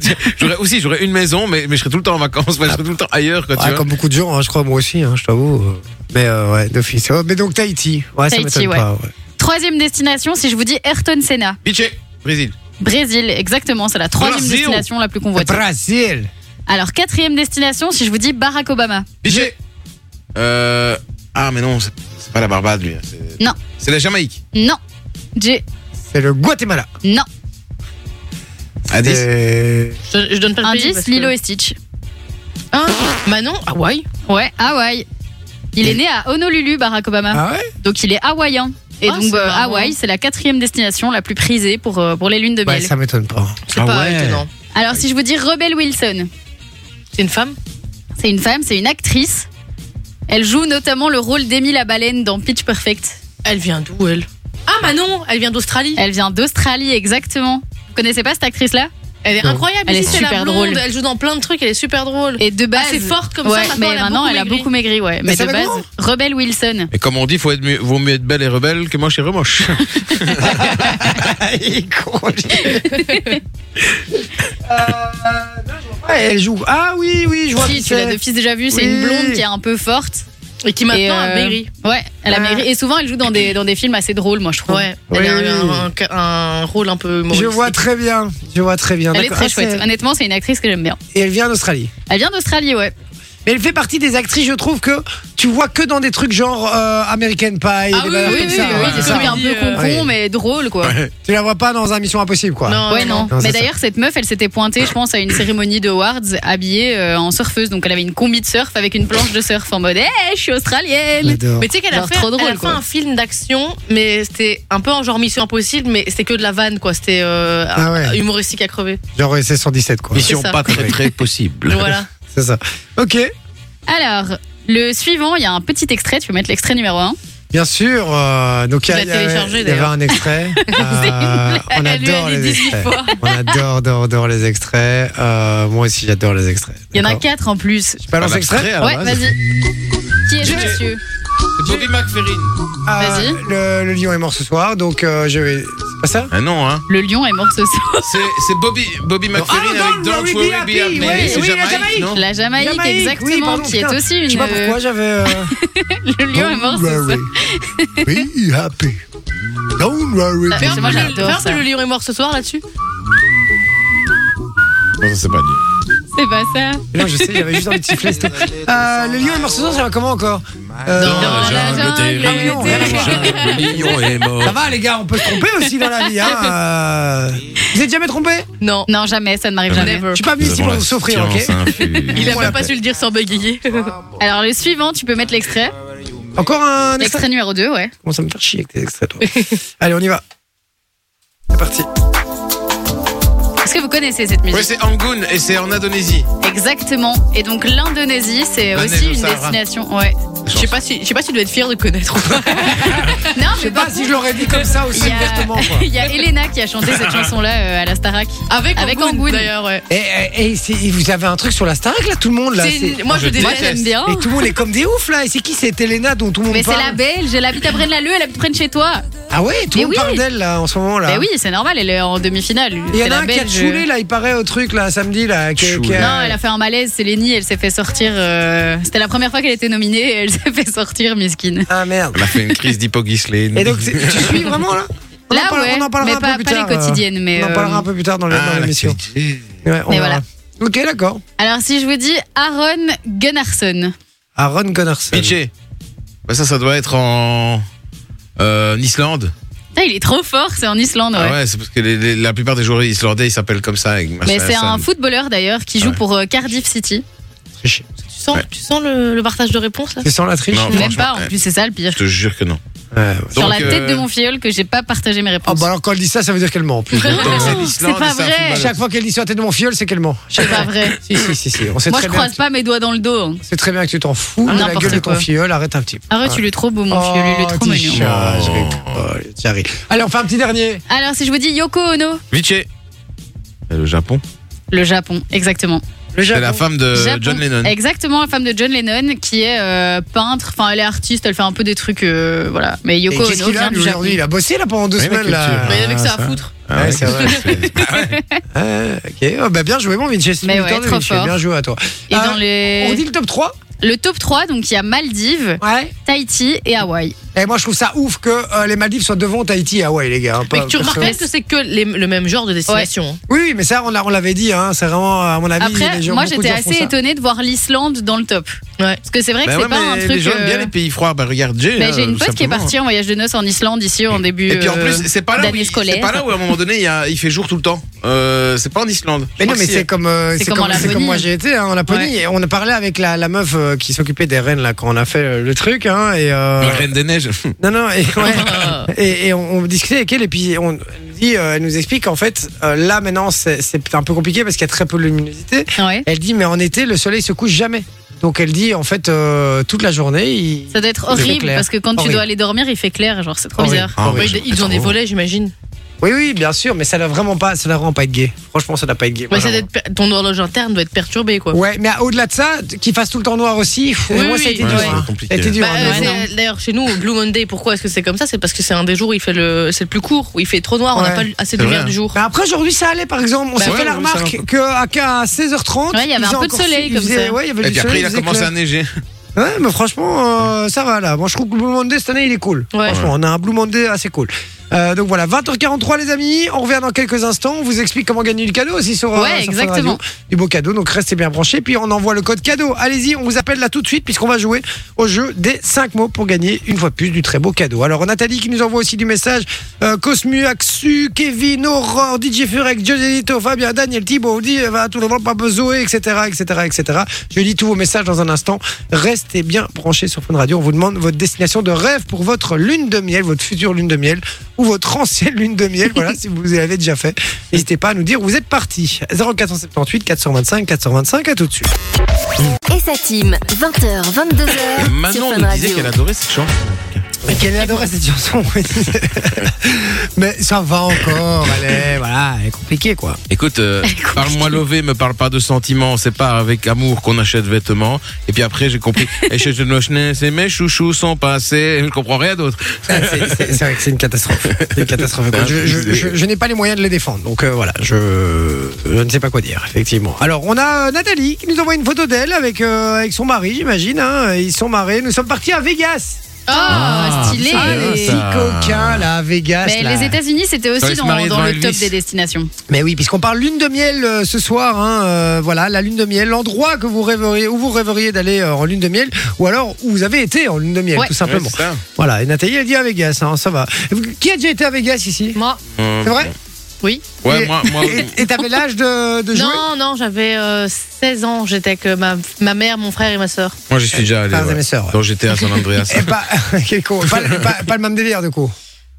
B: (laughs) j'aurais aussi, j'aurais une maison, mais, mais je serais tout le temps en vacances, enfin, je serais tout le temps ailleurs, quoi, tu
A: Ouais,
B: vois.
A: comme beaucoup de gens, hein, je crois, moi aussi, hein, je t'avoue. euh, Mais euh, ouais, d'office. Ouais, mais donc Tahiti, ouais,
C: Tahiti,
A: ça m'étonne
C: ouais.
A: pas. ouais.
C: Troisième destination, si je vous dis Ayrton Senna,
B: Pitché, Brésil.
C: Brésil, exactement, c'est la troisième
B: Brésil.
C: destination la plus convoitée.
A: Brésil
C: Alors quatrième destination, si je vous dis Barack Obama,
B: Pitché. Euh, ah, mais non, c'est c'est pas la Barbade, lui. hein, c'est-
C: Non.
B: C'est la Jamaïque.
C: non. J'ai
A: C'est le Guatemala.
C: non.
B: Addis.
A: C'est-
D: Je, je donne pas de pays, parce
C: Indice,
D: que-
C: Lilo et Stitch.
D: Hein Manon Hawaï
C: Ouais, Hawaï. Il est né à Honolulu, Barack Obama.
A: Ah ouais
C: Donc il est hawaïen. Et
D: Ah,
C: donc
D: c'est
C: bah,
D: marrant.
C: Hawaï, c'est la quatrième destination la plus prisée pour, euh, pour les lunes de
A: Ouais,
C: miel.
A: ça m'étonne pas.
D: C'est
B: Ah
D: pas
B: ouais.
D: étonnant.
C: Alors si je vous dis Rebel Wilson,
D: C'est une femme
C: c'est une femme, c'est une actrice. Elle joue notamment le rôle d'Emmy la baleine dans Pitch Perfect.
D: Elle vient d'où elle Ah Manon Elle vient d'Australie.
C: Elle vient d'Australie exactement. Vous connaissez pas cette actrice-là
D: Elle est
A: Non.
D: incroyable.
C: Elle
D: ici,
C: est
D: c'est la
C: super
D: blonde,
C: drôle.
D: Elle joue dans plein de trucs. Elle est super drôle.
C: Et de base,
D: Assez forte Ah, comme
C: ouais,
D: ça.
C: mais maintenant elle a
D: maigri.
C: beaucoup maigri, ouais. Mais,
A: ça
C: de
A: va
C: base,
A: comment
C: Rebel Wilson.
B: Et comme on dit, faut être mieux- vaut mieux être belle et rebelle que moche et remoche.
A: Il est con, lui. Euh, non, je vois pas. Elle joue. Ah oui, oui, je vois.
C: Si
A: qui
C: tu l'as
A: c'est.
C: d'office déjà vu, c'est
A: Oui.
C: une blonde qui est un peu forte.
D: Et qui maintenant
C: Et,
D: a
C: euh,
D: maigri.
C: Ouais, elle a
A: Ah.
C: maigri. Et souvent elle joue dans des, dans des films assez drôles, moi je trouve.
D: Ouais.
A: Oui,
D: Elle a eu
A: oui.
D: un, un- un rôle un peu.
A: Je
D: humoristique.
A: vois très bien. Je vois très bien.
C: Elle est
A: D'accord.
C: très
A: Ah,
C: chouette.
A: c'est-
C: Honnêtement, c'est une actrice que j'aime bien.
A: Et elle vient d'Australie.
C: Elle vient d'Australie, ouais.
A: Mais elle fait partie des actrices, je trouve que tu vois que dans des trucs genre euh, American Pie.
C: Ah
A: des
D: oui,
A: bananes
D: oui,
A: comme
D: oui,
A: ça,
D: oui,
A: ouais,
D: oui,
A: c'est
D: c'est
A: ça.
D: comédie,
C: un peu con
A: euh, oui.
C: mais drôle, quoi.
A: Tu la vois pas dans un Mission Impossible, quoi.
D: Non,
C: Ouais,
A: Non,
C: non.
A: c'est ça.
C: mais d'ailleurs, cette meuf, elle s'était pointée, je pense, à une cérémonie de awards habillée euh, en surfeuse. Donc, elle avait une combi de surf avec une planche de surf en mode, hé, je suis australienne.
A: J'adore.
D: Mais tu sais qu'elle a
C: Genre
D: fait,
C: trop drôle,
D: elle a fait
C: quoi.
D: un film d'action, mais c'était un peu en genre Mission Impossible, mais c'était que de la vanne, quoi. C'était euh,
A: Ah ouais.
D: humoristique à crever.
A: Genre c'est 117, quoi.
B: Mission
D: ça.
B: pas très très possible.
A: (laughs)
D: Voilà.
A: C'est ça. Ok,
C: Alors, le suivant, il y a un petit extrait. Tu peux mettre l'extrait numéro 1.
A: bien sûr. euh, donc, il y a-
D: l'as
A: il y a-
D: téléchargé,
A: il y avait
D: d'ailleurs.
A: un
C: (laughs)
A: extrait. Euh, on
C: Elle lui a
A: adore
C: dit
A: les
C: 18
A: extraits.
C: fois.
A: On adore, adore, adore les extraits. Euh, moi aussi, j'adore les extraits.
C: Il y en a
A: D'accord.
C: quatre en plus.
A: Je balance l'extrait
B: à la
C: Ouais,
B: base.
C: vas-y. Qui est ce
A: J'ai-
C: monsieur
B: C'est (laughs) Bobby McFerrin.
A: Euh, le, le lion est mort ce soir, donc euh, je vais. C'est pas ça
B: Ah non, hein.
C: Le lion est mort ce soir.
B: C'est c'est Bobby, Bobby McFerrin
A: Ah,
B: avec
A: Don't Worry,
B: Don't Worry
A: Be
B: Be
A: Happy,
B: Happy.
A: Eh oui,
B: C'est
A: oui, la
B: Jamaïque,
A: Jamaïque.
B: non
C: Eh La Jamaïque,
A: Jamaïque, oui,
C: exactement,
A: pardon,
C: qui est
A: putain.
C: aussi une.
A: Je sais pas pourquoi j'avais. euh,
C: (laughs) le lion est mort ce soir.
A: Be happy. Don't worry.
C: Ah, mais moi, j'adore
D: Faire
C: ça.
D: que le lion est mort ce soir là-dessus.
B: Non, ça c'est pas lui.
C: C'est pas ça.
A: Non, je sais, j'avais juste envie de siffler. c'était- Euh, le lion est mort ce soir, ça va comment encore Euh,
D: Dans la jungle
A: Ah, mais non, rien à voir.
B: lion est
A: Ça
B: mort.
A: va, les gars, on peut se tromper aussi dans la vie.
C: (laughs)
A: Hein euh. Vous êtes jamais trompé
D: Non.
C: Non, jamais, ça ne m'arrive jamais.
D: Jamais.
A: Je suis pas venu ici pour vous souffrir, ok
B: hein.
D: Il a
A: Ouais,
D: même pas su le dire sans bégayer.
A: Ah,
C: (laughs) Alors, le suivant, tu peux mettre l'extrait.
A: Encore un extrait
C: L'extrait numéro 2, ouais.
A: Comment Euh, ça me faire chier avec tes extraits,
C: (laughs)
A: toi Allez, on y va. C'est parti.
C: Est-ce que vous connaissez cette musique
B: Oui, c'est Angoon et c'est en Indonésie.
C: Exactement. Et donc l'Indonésie, c'est
B: La
C: aussi
B: neige au
C: une
B: Sahara.
C: destination. Ouais.
D: Je sais pas si, je sais pas si tu dois être fier de connaître.
A: (laughs)
C: Non,
A: Je
C: mais
A: sais
C: par
A: pas si je l'aurais dit comme ça aussi
C: Il y a-
A: ouvertement, quoi. Ah,
C: contre, (laughs) il y a Elena qui a chanté cette chanson-là euh, à la Starac.
D: Avec
C: Avec
D: Angoune,
C: Angoune.
D: d'ailleurs. Ouais.
A: Et, et- et c'est- vous avez un truc sur la Starac, là, tout le monde, là.
D: C'est une-
A: c'est-
D: Moi je,
B: Je
C: Moi,
D: déteste.
C: j'aime bien.
A: Et tout le monde est comme des oufs, là. Et c'est qui cette Elena dont tout le monde
C: Oh. Mais c'est
A: parle
C: la belge, elle habite à Braine-l'Alleud, elle habite près de chez toi.
A: Ah ouais, tout le
C: Mais
A: monde
C: oui.
A: parle d'elle, là, en ce moment, là.
C: Bah oui, c'est normal, elle est en demi-finale.
A: Ah. Il y en
C: C'est
A: a
C: la
A: un qui a
C: Belge.
A: choulé, là, il paraît, au truc, là, samedi, là. qui- qui a-
B: Choulé.
C: Non, elle a fait un malaise, c'est Lénie, elle s'est fait sortir. euh, C'était la première fois qu'elle était nominée, et elle (laughs) s'est fait sortir, miskin.
A: Ah merde.
B: On a fait une crise d'hypoglycémie.
A: Et donc, c'est- tu suis vraiment, là On en
C: Là,
A: parlera-
C: ouais,
A: on en parlera
C: mais
A: un peu
C: pas,
A: plus
C: pas
A: tard,
C: les
A: euh,
C: quotidiennes. Mais,
A: On en
C: euh,
A: parlera un peu plus tard dans le- dans
B: Ah,
A: l'émission.
B: l'actualité.
A: Ouais, on
C: Mais
A: verra.
C: voilà.
A: Ok, d'accord.
C: euh, Alors, si je vous dis Aaron Gunnarsson.
A: Aaron Gunnarsson.
B: Pitché. Bah ça, ça doit être en. euh, en Islande.
C: Putain, il est trop fort, c'est en Islande. ouais.
B: Ah ouais, c'est parce que les- les- la plupart des joueurs islandais ils s'appellent comme ça. avec
C: Mais
B: Marcel
C: c'est
B: Hassan.
C: un footballeur d'ailleurs qui joue
B: Ouais.
C: pour euh, Cardiff City.
A: Triché.
D: Tu sens, tu sens le, le partage de réponse là
A: C'est sans la triche
B: Non.
C: Même
B: Oh, franchement,
C: pas, en
B: ouais.
C: plus c'est ça le pire.
B: Je te jure que non.
A: Ouais, ouais.
C: Sur
B: Donc,
C: la tête
B: euh,
C: de mon filleul que j'ai pas partagé mes
A: Oh,
C: réponses.
A: bah alors, quand elle dit ça, ça veut dire qu'elle ment, en
C: (laughs)
A: plus.
B: Donc c'est l'Islande
C: C'est pas
B: et c'est un
C: vrai.
B: footballeur.
A: Chaque fois qu'elle dit sur la tête de mon fiole, c'est qu'elle ment.
C: C'est pas
A: (laughs)
C: vrai.
A: Si, si, si, si. On sait
C: Moi je
A: très bien.
C: croise pas mes doigts dans le dos. hein.
A: C'est très bien que tu t'en fous
C: Ah,
A: de la
C: n'importe
A: gueule de ton
C: quoi.
A: filleul, arrête un petit peu.
C: Arrête, tu le trop beau mon filleul, il est trop
A: Ah. Oh, dis
C: mignon.
B: Ah,
A: chat, je rigole, j'arrive. Allez, on fait un petit dernier.
C: Alors si je vous dis Yoko Ono,
B: Vichy. Le Japon.
C: le Japon, exactement.
A: Le
B: C'est
A: Japon.
B: la femme de
C: Japon.
B: Euh, John Lennon.
C: Exactement, la femme de John Lennon qui est euh, peintre, enfin elle est artiste, elle fait un peu des trucs, euh, voilà. Mais
A: Et
C: Yoko
A: qu'est-ce
C: Ono
A: qu'il a
C: vient
A: lui,
C: du Japon.
A: aujourd'hui Il a bossé là pendant deux
B: Oui, la
A: semaines là.
B: culture.
D: Mais avec
A: Ah,
D: ça à foutre.
B: Ah ouais,
A: Ouais, c'est
C: (laughs)
A: vrai. Ah, ok, Oh, bah, bien joué, bon Vinci. C'est
C: Mais
A: le
C: ouais,
A: temps de
C: trop
A: Vinci.
C: fort.
A: Bien joué à toi.
C: Et
A: Ah,
C: dans
A: On
C: les...
A: dit le top 3
C: le top 3, donc il y a Maldives,
A: Ouais.
C: Tahiti et Hawaï.
A: Et moi, je trouve ça ouf que euh, les Maldives soient devant Tahiti. Ah ouais, les gars. hein, pas-
D: Mais tu
A: parce que-
D: remarques que c'est que les- le même genre de destination. hein.
A: Oui, oui, mais ça, on, l'a- on l'avait dit. Hein, c'est vraiment, à mon avis,
C: Après,
A: les gens,
C: moi
A: beaucoup de
C: j'étais
A: gens font
C: assez
A: ça.
C: étonnée de voir l'Islande dans le top.
D: Ouais.
C: Parce que c'est vrai que
B: Bah
C: c'est
B: ouais,
C: pas
B: mais
C: un
B: Les
C: truc.
B: gens aiment bien
C: euh,
B: les pays froids. Bah, regarde Jay.
C: bah,
B: hein,
C: J'ai une
B: tout
C: pote qui est
B: simplement.
C: partie en voyage de noces en Islande ici en début.
B: Et puis en
C: euh,
B: plus, c'est pas là où
C: d'année
B: il- c'est
C: scolaire.
B: pas là où à un moment donné il, y a- il fait jour tout le temps. Euh, c'est pas en Islande.
A: Mais non, mais
B: Merci.
A: c'est comme, euh,
C: C'est
A: c'est
C: comme
A: comme,
C: en
A: c'est comme
C: Laponie.
A: moi j'ai été hein, en Laponie. Et on a parlé avec la, la meuf euh, qui s'occupait des rennes là quand on a fait euh, le truc. Hein, et euh,
B: La Reine des Neiges.
A: non, non, et,
D: hein. (laughs)
A: ouais. et, et on, on discutait avec elle et puis on elle nous dit, euh, elle nous explique qu'en fait euh, là maintenant c'est- c'est un peu compliqué parce qu'il y a très peu de luminosité.
C: Ouais.
A: Elle dit mais en été le soleil se couche jamais. Donc elle dit en fait euh, toute la journée. Il...
C: Ça doit être
A: Il fait
C: horrible
A: clair.
C: parce que quand tu
A: Horrible.
C: dois aller dormir, il fait clair. Genre, c'est trop
A: Horrible.
C: bizarre.
B: Ah ouais,
D: Ouais,
B: je-
D: ils ont des volets, j'imagine.
A: Oui oui bien sûr, mais ça n'a vraiment pas, ça n'a vraiment pas être gay. Franchement ça n'a pas être gay.
D: Ouais,
A: Moi,
D: ça
A: j'en-
D: doit être per- ton horloge interne doit être perturbée, quoi.
A: Ouais, mais au-delà de ça, qu'il fasse tout le temps noir aussi. pff,
D: Oui,
A: moi ça a
D: oui,
A: été
D: ouais.
A: dur.
D: Ouais,
A: hein.
B: c'est compliqué.
A: Ça a été dur.
D: Bah,
A: hein,
D: euh,
A: mais-
D: c'est- D'ailleurs, chez nous, Blue Monday, pourquoi est-ce que c'est comme ça C'est parce que c'est un des jours où il fait le, c'est le plus court, où il fait trop noir, on n'a
A: Ouais. Bah,
D: pas assez
B: C'est
D: de lumière
B: vrai. hein.
D: du jour.
A: Mais après aujourd'hui ça allait par exemple, on s'est
B: ouais,
A: fait la
B: ouais, ça va.
A: remarque que à qu'à 16h30
C: Ouais, il y avait
A: ils
C: un
A: ont
C: peu de
A: encore-
C: soleil
A: ils
C: comme
A: faisaient-
C: ça.
A: Ouais, il y avait
B: Et
A: du
B: puis après,
A: soleil,
B: il a
A: faisait
B: commencé
A: clair.
B: à neiger.
A: Ouais, mais franchement euh, ça va là. Moi je trouve que le Blue Monday cette année il est cool.
D: Ouais.
A: Franchement, on a un Blue Monday assez cool. Euh, donc voilà, 20h43 les amis, on revient dans quelques instants, on vous explique comment gagner du cadeau aussi sur, euh,
C: Ouais,
A: sur Fun
C: exactement.
A: Radio. du beau cadeau, donc restez bien branchés, puis on envoie le code cadeau, allez-y, on vous appelle là tout de suite puisqu'on va jouer au jeu des 5 mots pour gagner une fois de plus du très beau cadeau. Alors Nathalie qui nous envoie aussi du message, euh, Cosmu, Axu, Kevin, Aurore, DJ Furek, Joselito, Fabien, Daniel, Thibaut, dit, euh, va tout le monde, Papa Zoé, etc., etc., etc. Je lis tous vos messages dans un instant. Restez bien branchés sur Fun Radio. On vous demande votre destination de rêve pour votre lune de miel, votre future lune de miel ou votre ancienne lune de miel. (laughs) Voilà, si vous l'avez déjà fait. N'hésitez pas à nous dire où vous êtes parti. 0478 425 425. À tout de suite.
E: et sa team. 20h, 22h. sur
B: Manon
E: Fun
B: nous disait
E: Radio.
B: qu'elle adorait cette chanson.
A: Mais qu'elle adorait cette chanson. (laughs) Mais ça va encore. Allez, voilà, elle est compliquée quoi.
B: Écoute,
C: (laughs)
B: euh, parle-moi lové, me parle pas de sentiments. C'est pas avec amour qu'on achète vêtements. Et puis après, j'ai (laughs) compris. Et chez Jeune Lochenet, c'est mes chouchous sont passés. Je comprends rien d'autre.
A: Ah, C'est c'est- c'est vrai que c'est une catastrophe. C'est une catastrophe.
B: C'est un
A: Je, je-
B: truc de-
A: je- je n'ai pas les moyens de les défendre. Donc euh, voilà, je, je ne sais pas quoi dire, effectivement. Alors, on a euh, Nathalie qui nous envoie une photo d'elle avec, euh, avec son mari, j'imagine. hein. Ils sont marrés. Nous sommes partis à Vegas.
C: Ah,
B: Ah,
C: stylé.
B: c'est bien,
C: les-
A: les
B: ça.
A: coquins, là, à Vegas.
C: Mais
A: là.
C: les États-Unis, c'était
B: Ça va
C: aussi
B: se
C: dans,
B: marier
C: dans
B: devant
C: le top
B: Elvis.
C: des destinations.
A: Mais oui, puisqu'on parle lune de miel euh, ce soir, hein, euh, voilà, la lune de miel, l'endroit que vous rêveriez, où vous rêveriez d'aller euh, en lune de miel, ou alors où vous avez été en lune de miel,
C: Ouais.
A: tout simplement.
B: Ouais, c'est ça.
A: Voilà, et Nathalie, elle dit à Vegas, hein, ça va. Qui a déjà été à Vegas ici
D: Moi,
B: Euh,
A: C'est vrai
D: oui.
B: Ouais,
A: Et-
B: moi, moi.
A: (laughs) Et et t'avais l'âge de, de jouer
D: Non, non, j'avais euh, 16 ans, j'étais avec euh, ma, ma mère, mon frère et ma sœur.
B: Moi, j'y suis déjà allé.
A: Frères et
B: ouais.
A: mes sœurs, ouais.
B: Quand j'étais à San Andreas.
A: (laughs) Eh bah, quel con. Pas, pas- pas le même délire, du coup.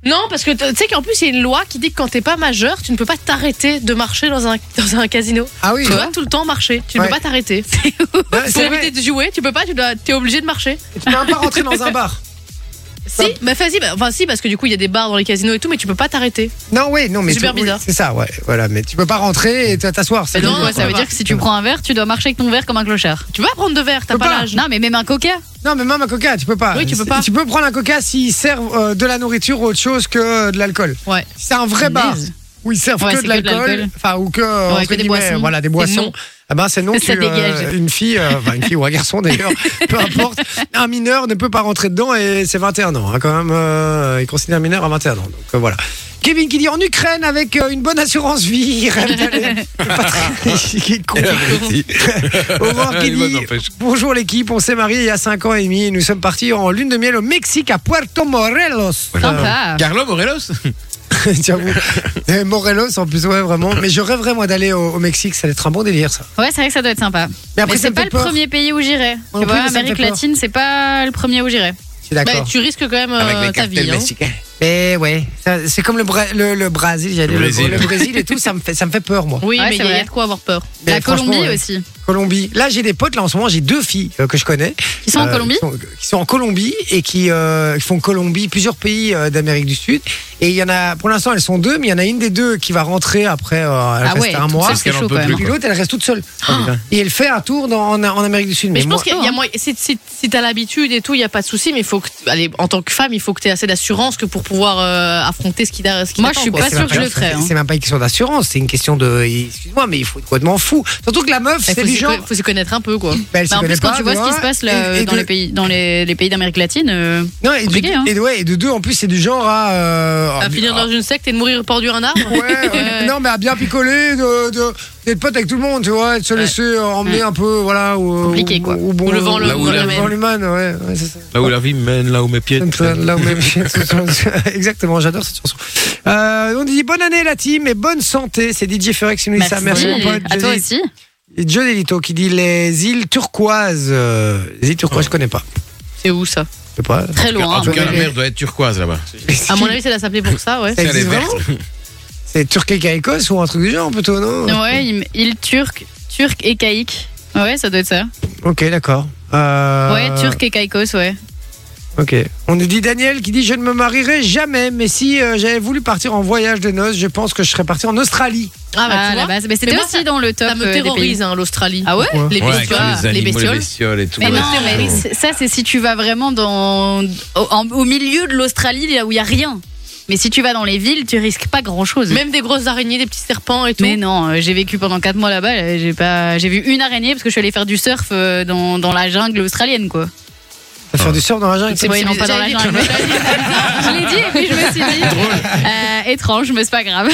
D: Non, parce que t- tu sais qu'en plus, il y a une loi qui dit que quand t'es pas majeur, tu ne peux pas t'arrêter de marcher dans un, dans un casino.
A: Ah oui,
D: Tu dois tout le temps marcher, tu ne
A: Ouais.
D: peux pas
A: (laughs)
D: t'arrêter. (laughs)
A: Ouais,
D: Pour
A: c'est
D: éviter
A: vrai.
D: de jouer, tu peux pas, tu dois, t'es obligé de marcher.
A: Tu peux même pas rentrer dans un bar.
D: Si, bah, enfin, si, bah, enfin si, parce que du coup, il y a des bars dans les casinos et tout, mais tu peux pas t'arrêter.
A: Non, oui, non, mais.
D: Super
A: tu- oui,
D: bizarre.
A: C'est ça, ouais, voilà, mais tu peux pas rentrer et t'asseoir. c'est
D: Mais
A: le
D: non,
A: jeu,
D: ouais,
A: quoi.
C: Ça veut dire que si tu prends un verre, tu dois marcher avec ton verre comme un clochard.
D: Tu peux pas prendre de verre, t'as
A: Peux
D: pas
A: pas.
D: l'âge.
C: Non, mais même un coca.
A: Non, mais même un coca, tu peux pas.
D: Oui, tu peux pas.
A: Tu peux prendre un coca s'ils servent euh, de la nourriture ou autre chose que de l'alcool.
D: Ouais.
A: Si c'est un vrai bar
C: Punaise.
A: où ils servent
C: Ouais,
A: que
C: c'est
A: de
C: que de
A: l'alcool,
C: l'alcool.
A: enfin, ou que, entre
C: que des
A: guillemets,
C: boissons.
A: Voilà, des
D: C'est
A: boissons.
D: non.
A: Ah ben, c'est non,
C: Ça
A: tu,
C: dégage.
A: une fille, euh, enfin, une fille ou un garçon
C: (laughs)
A: d'ailleurs, peu importe, un mineur ne peut pas rentrer dedans et c'est 21 ans, hein, quand même. euh, il considère mineur à 21 ans. Donc euh, voilà. Kevin qui dit en Ukraine avec euh, une bonne assurance vie, (laughs) il rêve
C: (laughs)
A: d'aller. Pas très- qui est con. Aurore qui
B: Il va
A: dit,
B: n'empêche.
A: Bonjour l'équipe, on s'est mariés il y a 5 ans et demi et nous sommes partis en lune de miel au Mexique à Puerto Morelos.
C: Sympa.
B: (laughs) Carlo Morelos
C: Euh,
A: (laughs) J'avoue. Euh, Morelos en plus, ouais, vraiment. Mais je rêverais moi d'aller au, au Mexique, ça va être un bon délire ça.
C: Ouais, c'est vrai que ça doit être sympa.
A: Mais après,
C: mais
A: ça
C: c'est
A: me
C: pas
A: fait
C: le
A: peur.
C: premier pays où j'irai.
A: non
C: Tu
A: plus,
C: vois,
A: mais ça me
C: Amérique
A: fait peur.
C: latine, c'est pas le premier où j'irai.
A: Je suis
D: Bah,
A: d'accord.
D: tu risques quand même euh, ta vie. hein.
A: Mais ouais, ça- c'est comme le, Bra- le, le Brésil, j'allais
B: Le
A: dire,
B: Brésil.
A: le Brésil et tout, ça me fait, ça me fait peur moi.
D: Oui,
C: Ouais, c'est
D: mais il y, a- y
C: vrai.
D: a de quoi avoir peur.
A: Mais
C: La
A: franchement,
C: Colombie
A: ouais.
C: aussi.
A: Colombie. Là, j'ai des potes, là, en ce moment, j'ai deux filles euh, que je connais.
C: Qui sont en
A: euh,
C: Colombie
A: qui sont, qui sont en Colombie et qui, euh, qui font Colombie, plusieurs pays euh, d'Amérique du Sud. Et il y en a, pour l'instant, elles sont deux, mais il y en a une des deux qui va rentrer après, euh, elle
C: Ah
A: reste
C: ouais,
A: un
C: tout
A: mois.
C: ça, c'est
B: Parce qu'elle en
C: chaud
B: peut
C: quand
B: plus.
C: même. Oh.
A: Puis l'autre, elle reste toute seule.
B: putain.
A: et elle fait un tour dans- en, en Amérique du Sud.
D: Mais je pense
A: moi-
D: qu'il
C: hein.
D: y a moyen. Si, si, si t'as l'habitude et tout, il y a pas de souci. Mais il faut que, allez, en tant que femme, il faut que t'aies assez d'assurance que pour pouvoir euh, affronter ce qui t'a- ce qui
C: Moi,
D: t'attend,
C: je suis
D: quoi.
C: pas
A: C'est
C: sûr
A: même
C: que je le ferais, hein.
A: C'est même pas une question d'assurance, c'est une question de. Excuse-moi, mais il faut être complètement fou. Surtout que la meuf,
D: Il
A: hein. c'est
D: faut
A: du
D: s'y
A: genre.
D: co- faut s'y connaître un peu, quoi.
A: bah, elle s'y
C: Bah, en
A: connaît
C: plus, quand
A: pas,
C: tu vois ce qui
A: vois,
C: se passe là,
A: et- et
C: dans,
A: de-
C: les pays, dans les, les pays d'Amérique latine, euh,
A: Non, et, de,
C: compliqué, hein.
A: et, de- ouais, et de deux, en plus, c'est du genre à. euh,
D: À
A: ah,
D: finir
A: ah,
D: dans une secte et de mourir pendu à un arbre
C: (laughs)
A: Ouais, euh, non, mais à bien picoler, de, de, d'être pote avec tout le monde, tu vois, et de se
D: Ouais.
A: laisser euh, emmener un peu, voilà. Où,
C: Mm. Compliqué, quoi.
A: Où, bon,
D: Où le vent le-
A: là où
B: où
A: le
B: le
A: vent
D: mène.
A: l'humaine, ouais, ouais, c'est ça.
B: Là où la vie me mène, là où mes pieds.
A: Comme ça, là où même- (laughs) Exactement, j'adore cette chanson. Euh, on dit bonne année la team et bonne santé. C'est DJ Forex qui nous dit ça. Merci mon pote.
C: à toi
A: Johnny-
C: aussi.
A: Joe Delito qui dit les îles turquoises. Euh, les îles turquoises, je connais pas.
D: C'est où ça
A: Je sais pas.
C: Très loin.
B: En tout
C: hein.
B: cas, la mer doit être turquoise là-bas.
D: À mon avis, ça doit s'appeler pour ça, ouais.
A: Ça
B: Elle est
A: existe
B: verte.
A: vraiment C'est Turquie Caïcos ou un truc du genre plutôt, non
C: Ouais, il- île turque, turque et caïque. Ouais, ça doit être ça.
A: Ok, d'accord. Euh,
C: Ouais, turque et caïcos, ouais.
A: Ok. On nous dit Daniel qui dit Je ne me marierai jamais, mais si euh, j'avais voulu partir en voyage de noces, je pense que je serais parti en Australie.
D: Ah, bah,
C: Ah,
D: tu
C: la
D: vois,
C: base. Mais c'était
D: moi,
C: aussi dans le top.
D: ça
C: euh,
D: me
C: des pays.
D: terrorise, hein, l'Australie.
C: Ah ouais
A: Pourquoi
D: les,
B: Ouais, avec
D: bestioles,
B: les,
D: les
B: animaux,
D: bestioles.
B: et tout. Ah,
C: Mais
B: ouais,
C: non,
B: c'est
C: mais
B: chaud.
C: c'est- ça, c'est si tu vas vraiment dans, au, en- au milieu de l'Australie, là où il n'y a rien. Mais si tu vas dans les villes, tu risques pas grand chose.
D: Même des grosses araignées, des petits serpents et tout.
C: Mais non, euh, j'ai vécu pendant 4 mois là-bas, euh, j'ai pas, j'ai vu une araignée parce que je suis allée faire du surf euh, dans, dans la jungle australienne quoi.
A: Faire
C: Ah.
A: du surf dans la jungle
C: Ouais, non, pas dans la
D: j'allais dire-
C: jungle. (laughs) je l'ai dit et puis je me suis
D: (laughs)
C: dit euh, étrange, mais c'est pas grave.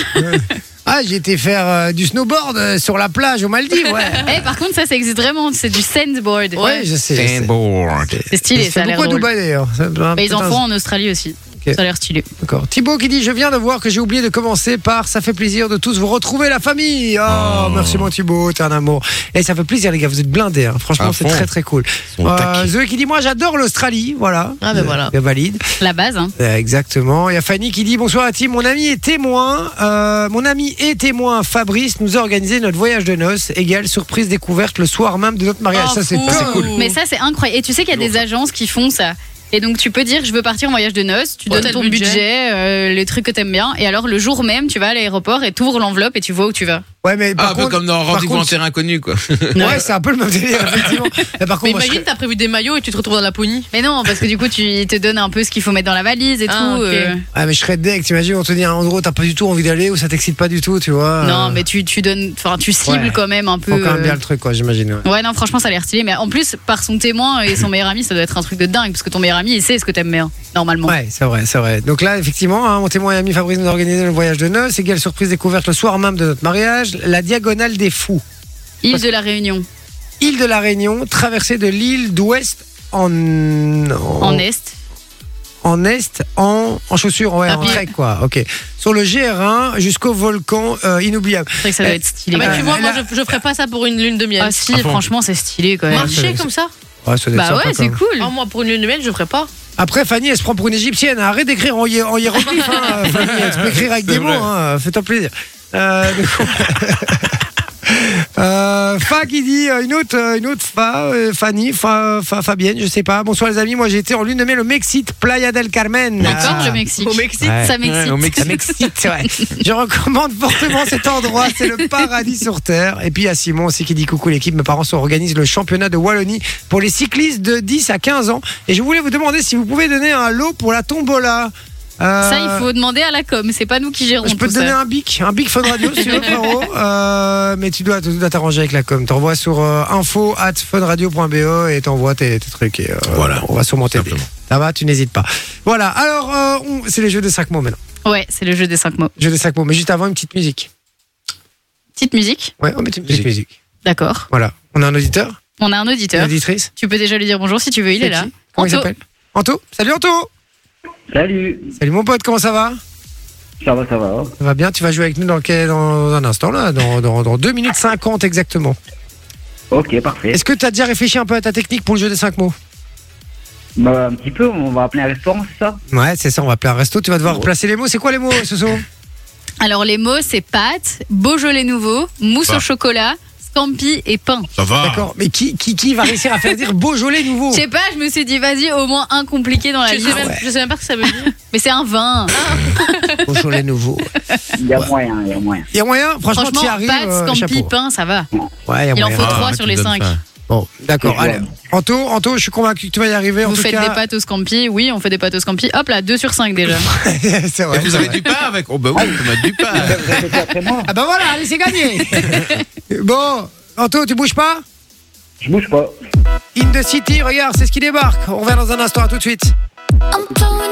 A: Ah, j'ai été faire euh, du snowboard euh, sur la plage aux Maldives,
C: (laughs)
A: ouais.
C: Eh, par contre, ça, ça existe vraiment, c'est du sandboard.
A: ouais, je sais. je sais.
B: Sandboard.
C: C'est
A: Mais
C: stylé, ça a
A: C'est
C: l'air
A: beaucoup à
C: drôle.
A: Dubaï d'ailleurs. Ça-
C: Mais ils en
A: peut-être un-
C: font en Australie aussi.
A: Ok.
C: Ça a l'air stylé.
A: D'accord. Thibaut qui dit Je viens de voir que j'ai oublié de commencer par Ça fait plaisir de tous vous retrouver, la famille. Oh,
B: Oh.
A: merci mon Thibaut, t'es un amour. Et ça fait plaisir, les gars, vous êtes blindés. hein. Franchement,
B: À
A: c'est
B: fond.
A: très très cool.
B: Ils sont
A: Euh,
B: taqués.
A: Zoé qui dit Moi j'adore l'Australie. Voilà.
D: Ah, ben
A: Euh,
D: voilà.
A: c'est valide.
C: La base, hein.
A: Euh, exactement. Il y a Fanny qui dit Bonsoir à Tim, mon ami est témoin. Euh, mon ami et témoin Fabrice nous a organisé notre voyage de noces, égale surprise découverte le soir même de notre mariage.
D: Ah,
A: ça c'est
D: fou.
A: cool.
C: Mais ça, c'est incroyable. Et tu sais qu'il y a des agences qui font ça. Et donc, tu peux dire, je veux partir en voyage de noces, tu
D: Ouais.
C: donnes
D: Tel
C: ton budget,
D: budget.
C: euh, les trucs que t'aimes bien. Et alors, le jour même, tu vas à l'aéroport et t'ouvres l'enveloppe et tu vois où tu vas.
A: Ouais, mais
B: Ah,
A: par
B: un peu
A: contre.
B: comme dans Rendez-vous en
A: contre-
B: terrain inconnu, quoi.
A: ouais, c'est un peu le même
B: (laughs)
A: délire, effectivement. Mais par
D: Mais
A: contre, moi, je
D: imagine,
A: serais-
D: t'as prévu des maillots et tu te retrouves dans la pony.
C: Mais non, parce que du coup, tu ils te donnes un peu ce qu'il faut mettre dans la valise et
D: Ah,
C: tout.
D: ok.
C: euh.
A: Ah mais je serais deg, t'imagines, on te dit un endroit où t'as pas du tout envie d'aller, où ça t'excite pas du tout, tu vois.
C: Non, mais
A: Euh,
C: tu, tu donnes, enfin, tu cibles
A: Ouais.
C: quand même un peu.
A: Faut quand même
C: euh,
A: bien le truc, quoi, j'imagine. ouais.
C: Ouais, non, franchement, ça a l'air stylé. Mais en plus, par son témoin et son meilleur ami, ça doit être un truc de dingue. Parce que ton meilleur ami, il sait ce que t'aimes bien, normalement.
A: Ouais, c'est vrai, c'est vrai. Donc là, effectivement, hein, mon témoin et ami Fabrice nous a organisé le voyage de noces, égale surprise découverte le soir même de notre mariage, la diagonale des fous.
C: Île de la Réunion,
A: Île de la Réunion, traversée de l'île d'ouest en...
C: en
A: En,
C: Est.
A: en est, en, en chaussures, ouais,
C: À
A: en
C: pied.
A: trek, quoi, ok. Sur le GR1 jusqu'au volcan euh, inoubliable.
C: C'est vrai que ça doit être stylé.
D: Ah bah,
C: quand
D: tu
C: même.
D: vois, moi,
A: là-
D: je, je ferais pas ça pour une lune de miel.
C: Ah, si, franchement, c'est stylé quand même.
A: Ouais,
D: Marcher
A: c'est-
D: comme ça
A: Ouais, ça doit être
C: Bah
A: sympa,
C: ouais,
A: quand
C: c'est
A: même.
C: cool.
D: Ah, Moi, pour une lune de miel, je ferais pas.
A: Après, Fanny, elle se prend pour une égyptienne. hein. Arrête d'écrire en, hié- en hiéroglyphe.
B: (laughs)
A: hein, Fanny, tu peux écrire avec
B: C'est
A: des mots.
B: vrai.
A: hein. Fais-toi plaisir. Euh, (laughs) euh, Fa qui dit euh, une autre, euh, une autre Fa, euh, Fanny, Fa, Fa- Fabienne, je sais pas. Bonsoir les amis, moi j'ai été en lune de miel au Mexique, Playa del Carmen.
C: Encore
A: Ah.
C: le Mexique.
D: Au Mexique.
A: Ouais.
C: Ça m'excite.
B: Ouais, au Mexique.
A: Ça m'excite, ouais. Je recommande fortement cet endroit, c'est le paradis sur terre. Et puis il y a Simon aussi qui dit coucou l'équipe, mes parents sont- organisent le championnat de Wallonie pour les cyclistes de 10 à 15 ans. Et je voulais vous demander si vous pouvez donner un lot pour la tombola. Euh,
C: Ça, il faut demander à la com. C'est pas nous qui gérons
A: Je peux
C: tout
A: te donner
C: ça.
A: un bic, un bic Fun Radio si tu veux,
C: (laughs)
A: frérot. Euh, mais tu dois tu dois t'arranger avec la com. T'envoies sur euh, info at funradio.be et t'envoies tes, tes trucs. Et, euh,
B: Voilà.
A: On va sûrement t'aider.
B: Simplement.
A: Ça va, tu n'hésites pas. Voilà, alors euh, on- c'est les jeux des 5 mots maintenant.
C: Ouais, c'est le jeu des cinq mots.
A: Jeux des 5 mots, mais juste avant une petite musique.
C: Petite musique,
A: Ouais, on met une petite
B: Musique.
A: musique.
C: d'accord.
A: Voilà. On a un auditeur,
C: On a un
A: une
C: auditeur.
A: auditrice.
C: Tu peux déjà lui dire bonjour si tu veux, il
A: C'est
C: est là.
A: qui Comment il
C: Anto.
A: s'appelle Anto Salut Anto
G: Salut,
A: Salut mon pote, comment ça va
G: ça va, ça va.
A: Ça va bien, tu vas jouer avec nous dans, quel- dans un instant là, dans, dans, dans 2 minutes 50 exactement.
G: Ok, parfait.
A: Est-ce que tu as déjà réfléchi un peu à ta technique pour le jeu des 5 mots
G: Bah, un petit peu, on va appeler un restaurant, c'est ça
A: Ouais, c'est ça, on va appeler un resto, tu vas devoir placer les mots. C'est quoi les mots, Soso
C: Alors, les mots, c'est pâtes, Beaujolais nouveau, mousse
A: Bah.
B: Ah.
C: au chocolat, scampi et pain.
B: Ça va.
A: D'accord, mais qui, qui, qui va réussir à faire (laughs) dire Beaujolais nouveau
C: Je sais pas, je me suis dit, vas-y, au moins un compliqué dans la
D: Je sais,
C: liste.
D: même, je sais même pas ce que ça veut dire.
C: (laughs) Mais c'est un
A: Ah,
C: vin.
A: Beaujolais nouveau.
G: Il y a moyen, il y a moyen.
A: Il y a moyen Franchement,
C: Franchement,
A: tu y arrives.
C: pâtes,
A: euh,
C: scampi,
A: chapeau.
C: pain, ça va.
A: Ouais, il y a
C: Il en
A: moyen.
C: faut trois
B: Ah, tu
C: sur
B: me
C: les
B: donnes
C: cinq.
B: faim.
A: Bon, d'accord.
G: Je vois.
A: Allez, Anto, Anto, je suis convaincu que tu vas y arriver. en
C: Vous
A: tout
C: faites
A: cas,
C: des pâtes au scampi Oui, on fait des pâtes au scampi. Hop là, 2 sur 5 déjà.
A: (laughs) c'est
B: Et
A: vrai.
B: vous
A: c'est vrai.
B: avez du pain avec Oh, bah oui, on peut mettre
A: (laughs)
B: du pain.
G: Répétez après moi.
A: Ah ben voilà, allez, c'est gagné. bon, Anto, tu bouges pas
G: Je bouge pas.
A: In the City, regarde, c'est ce qui débarque. On revient dans un instant, à tout de suite.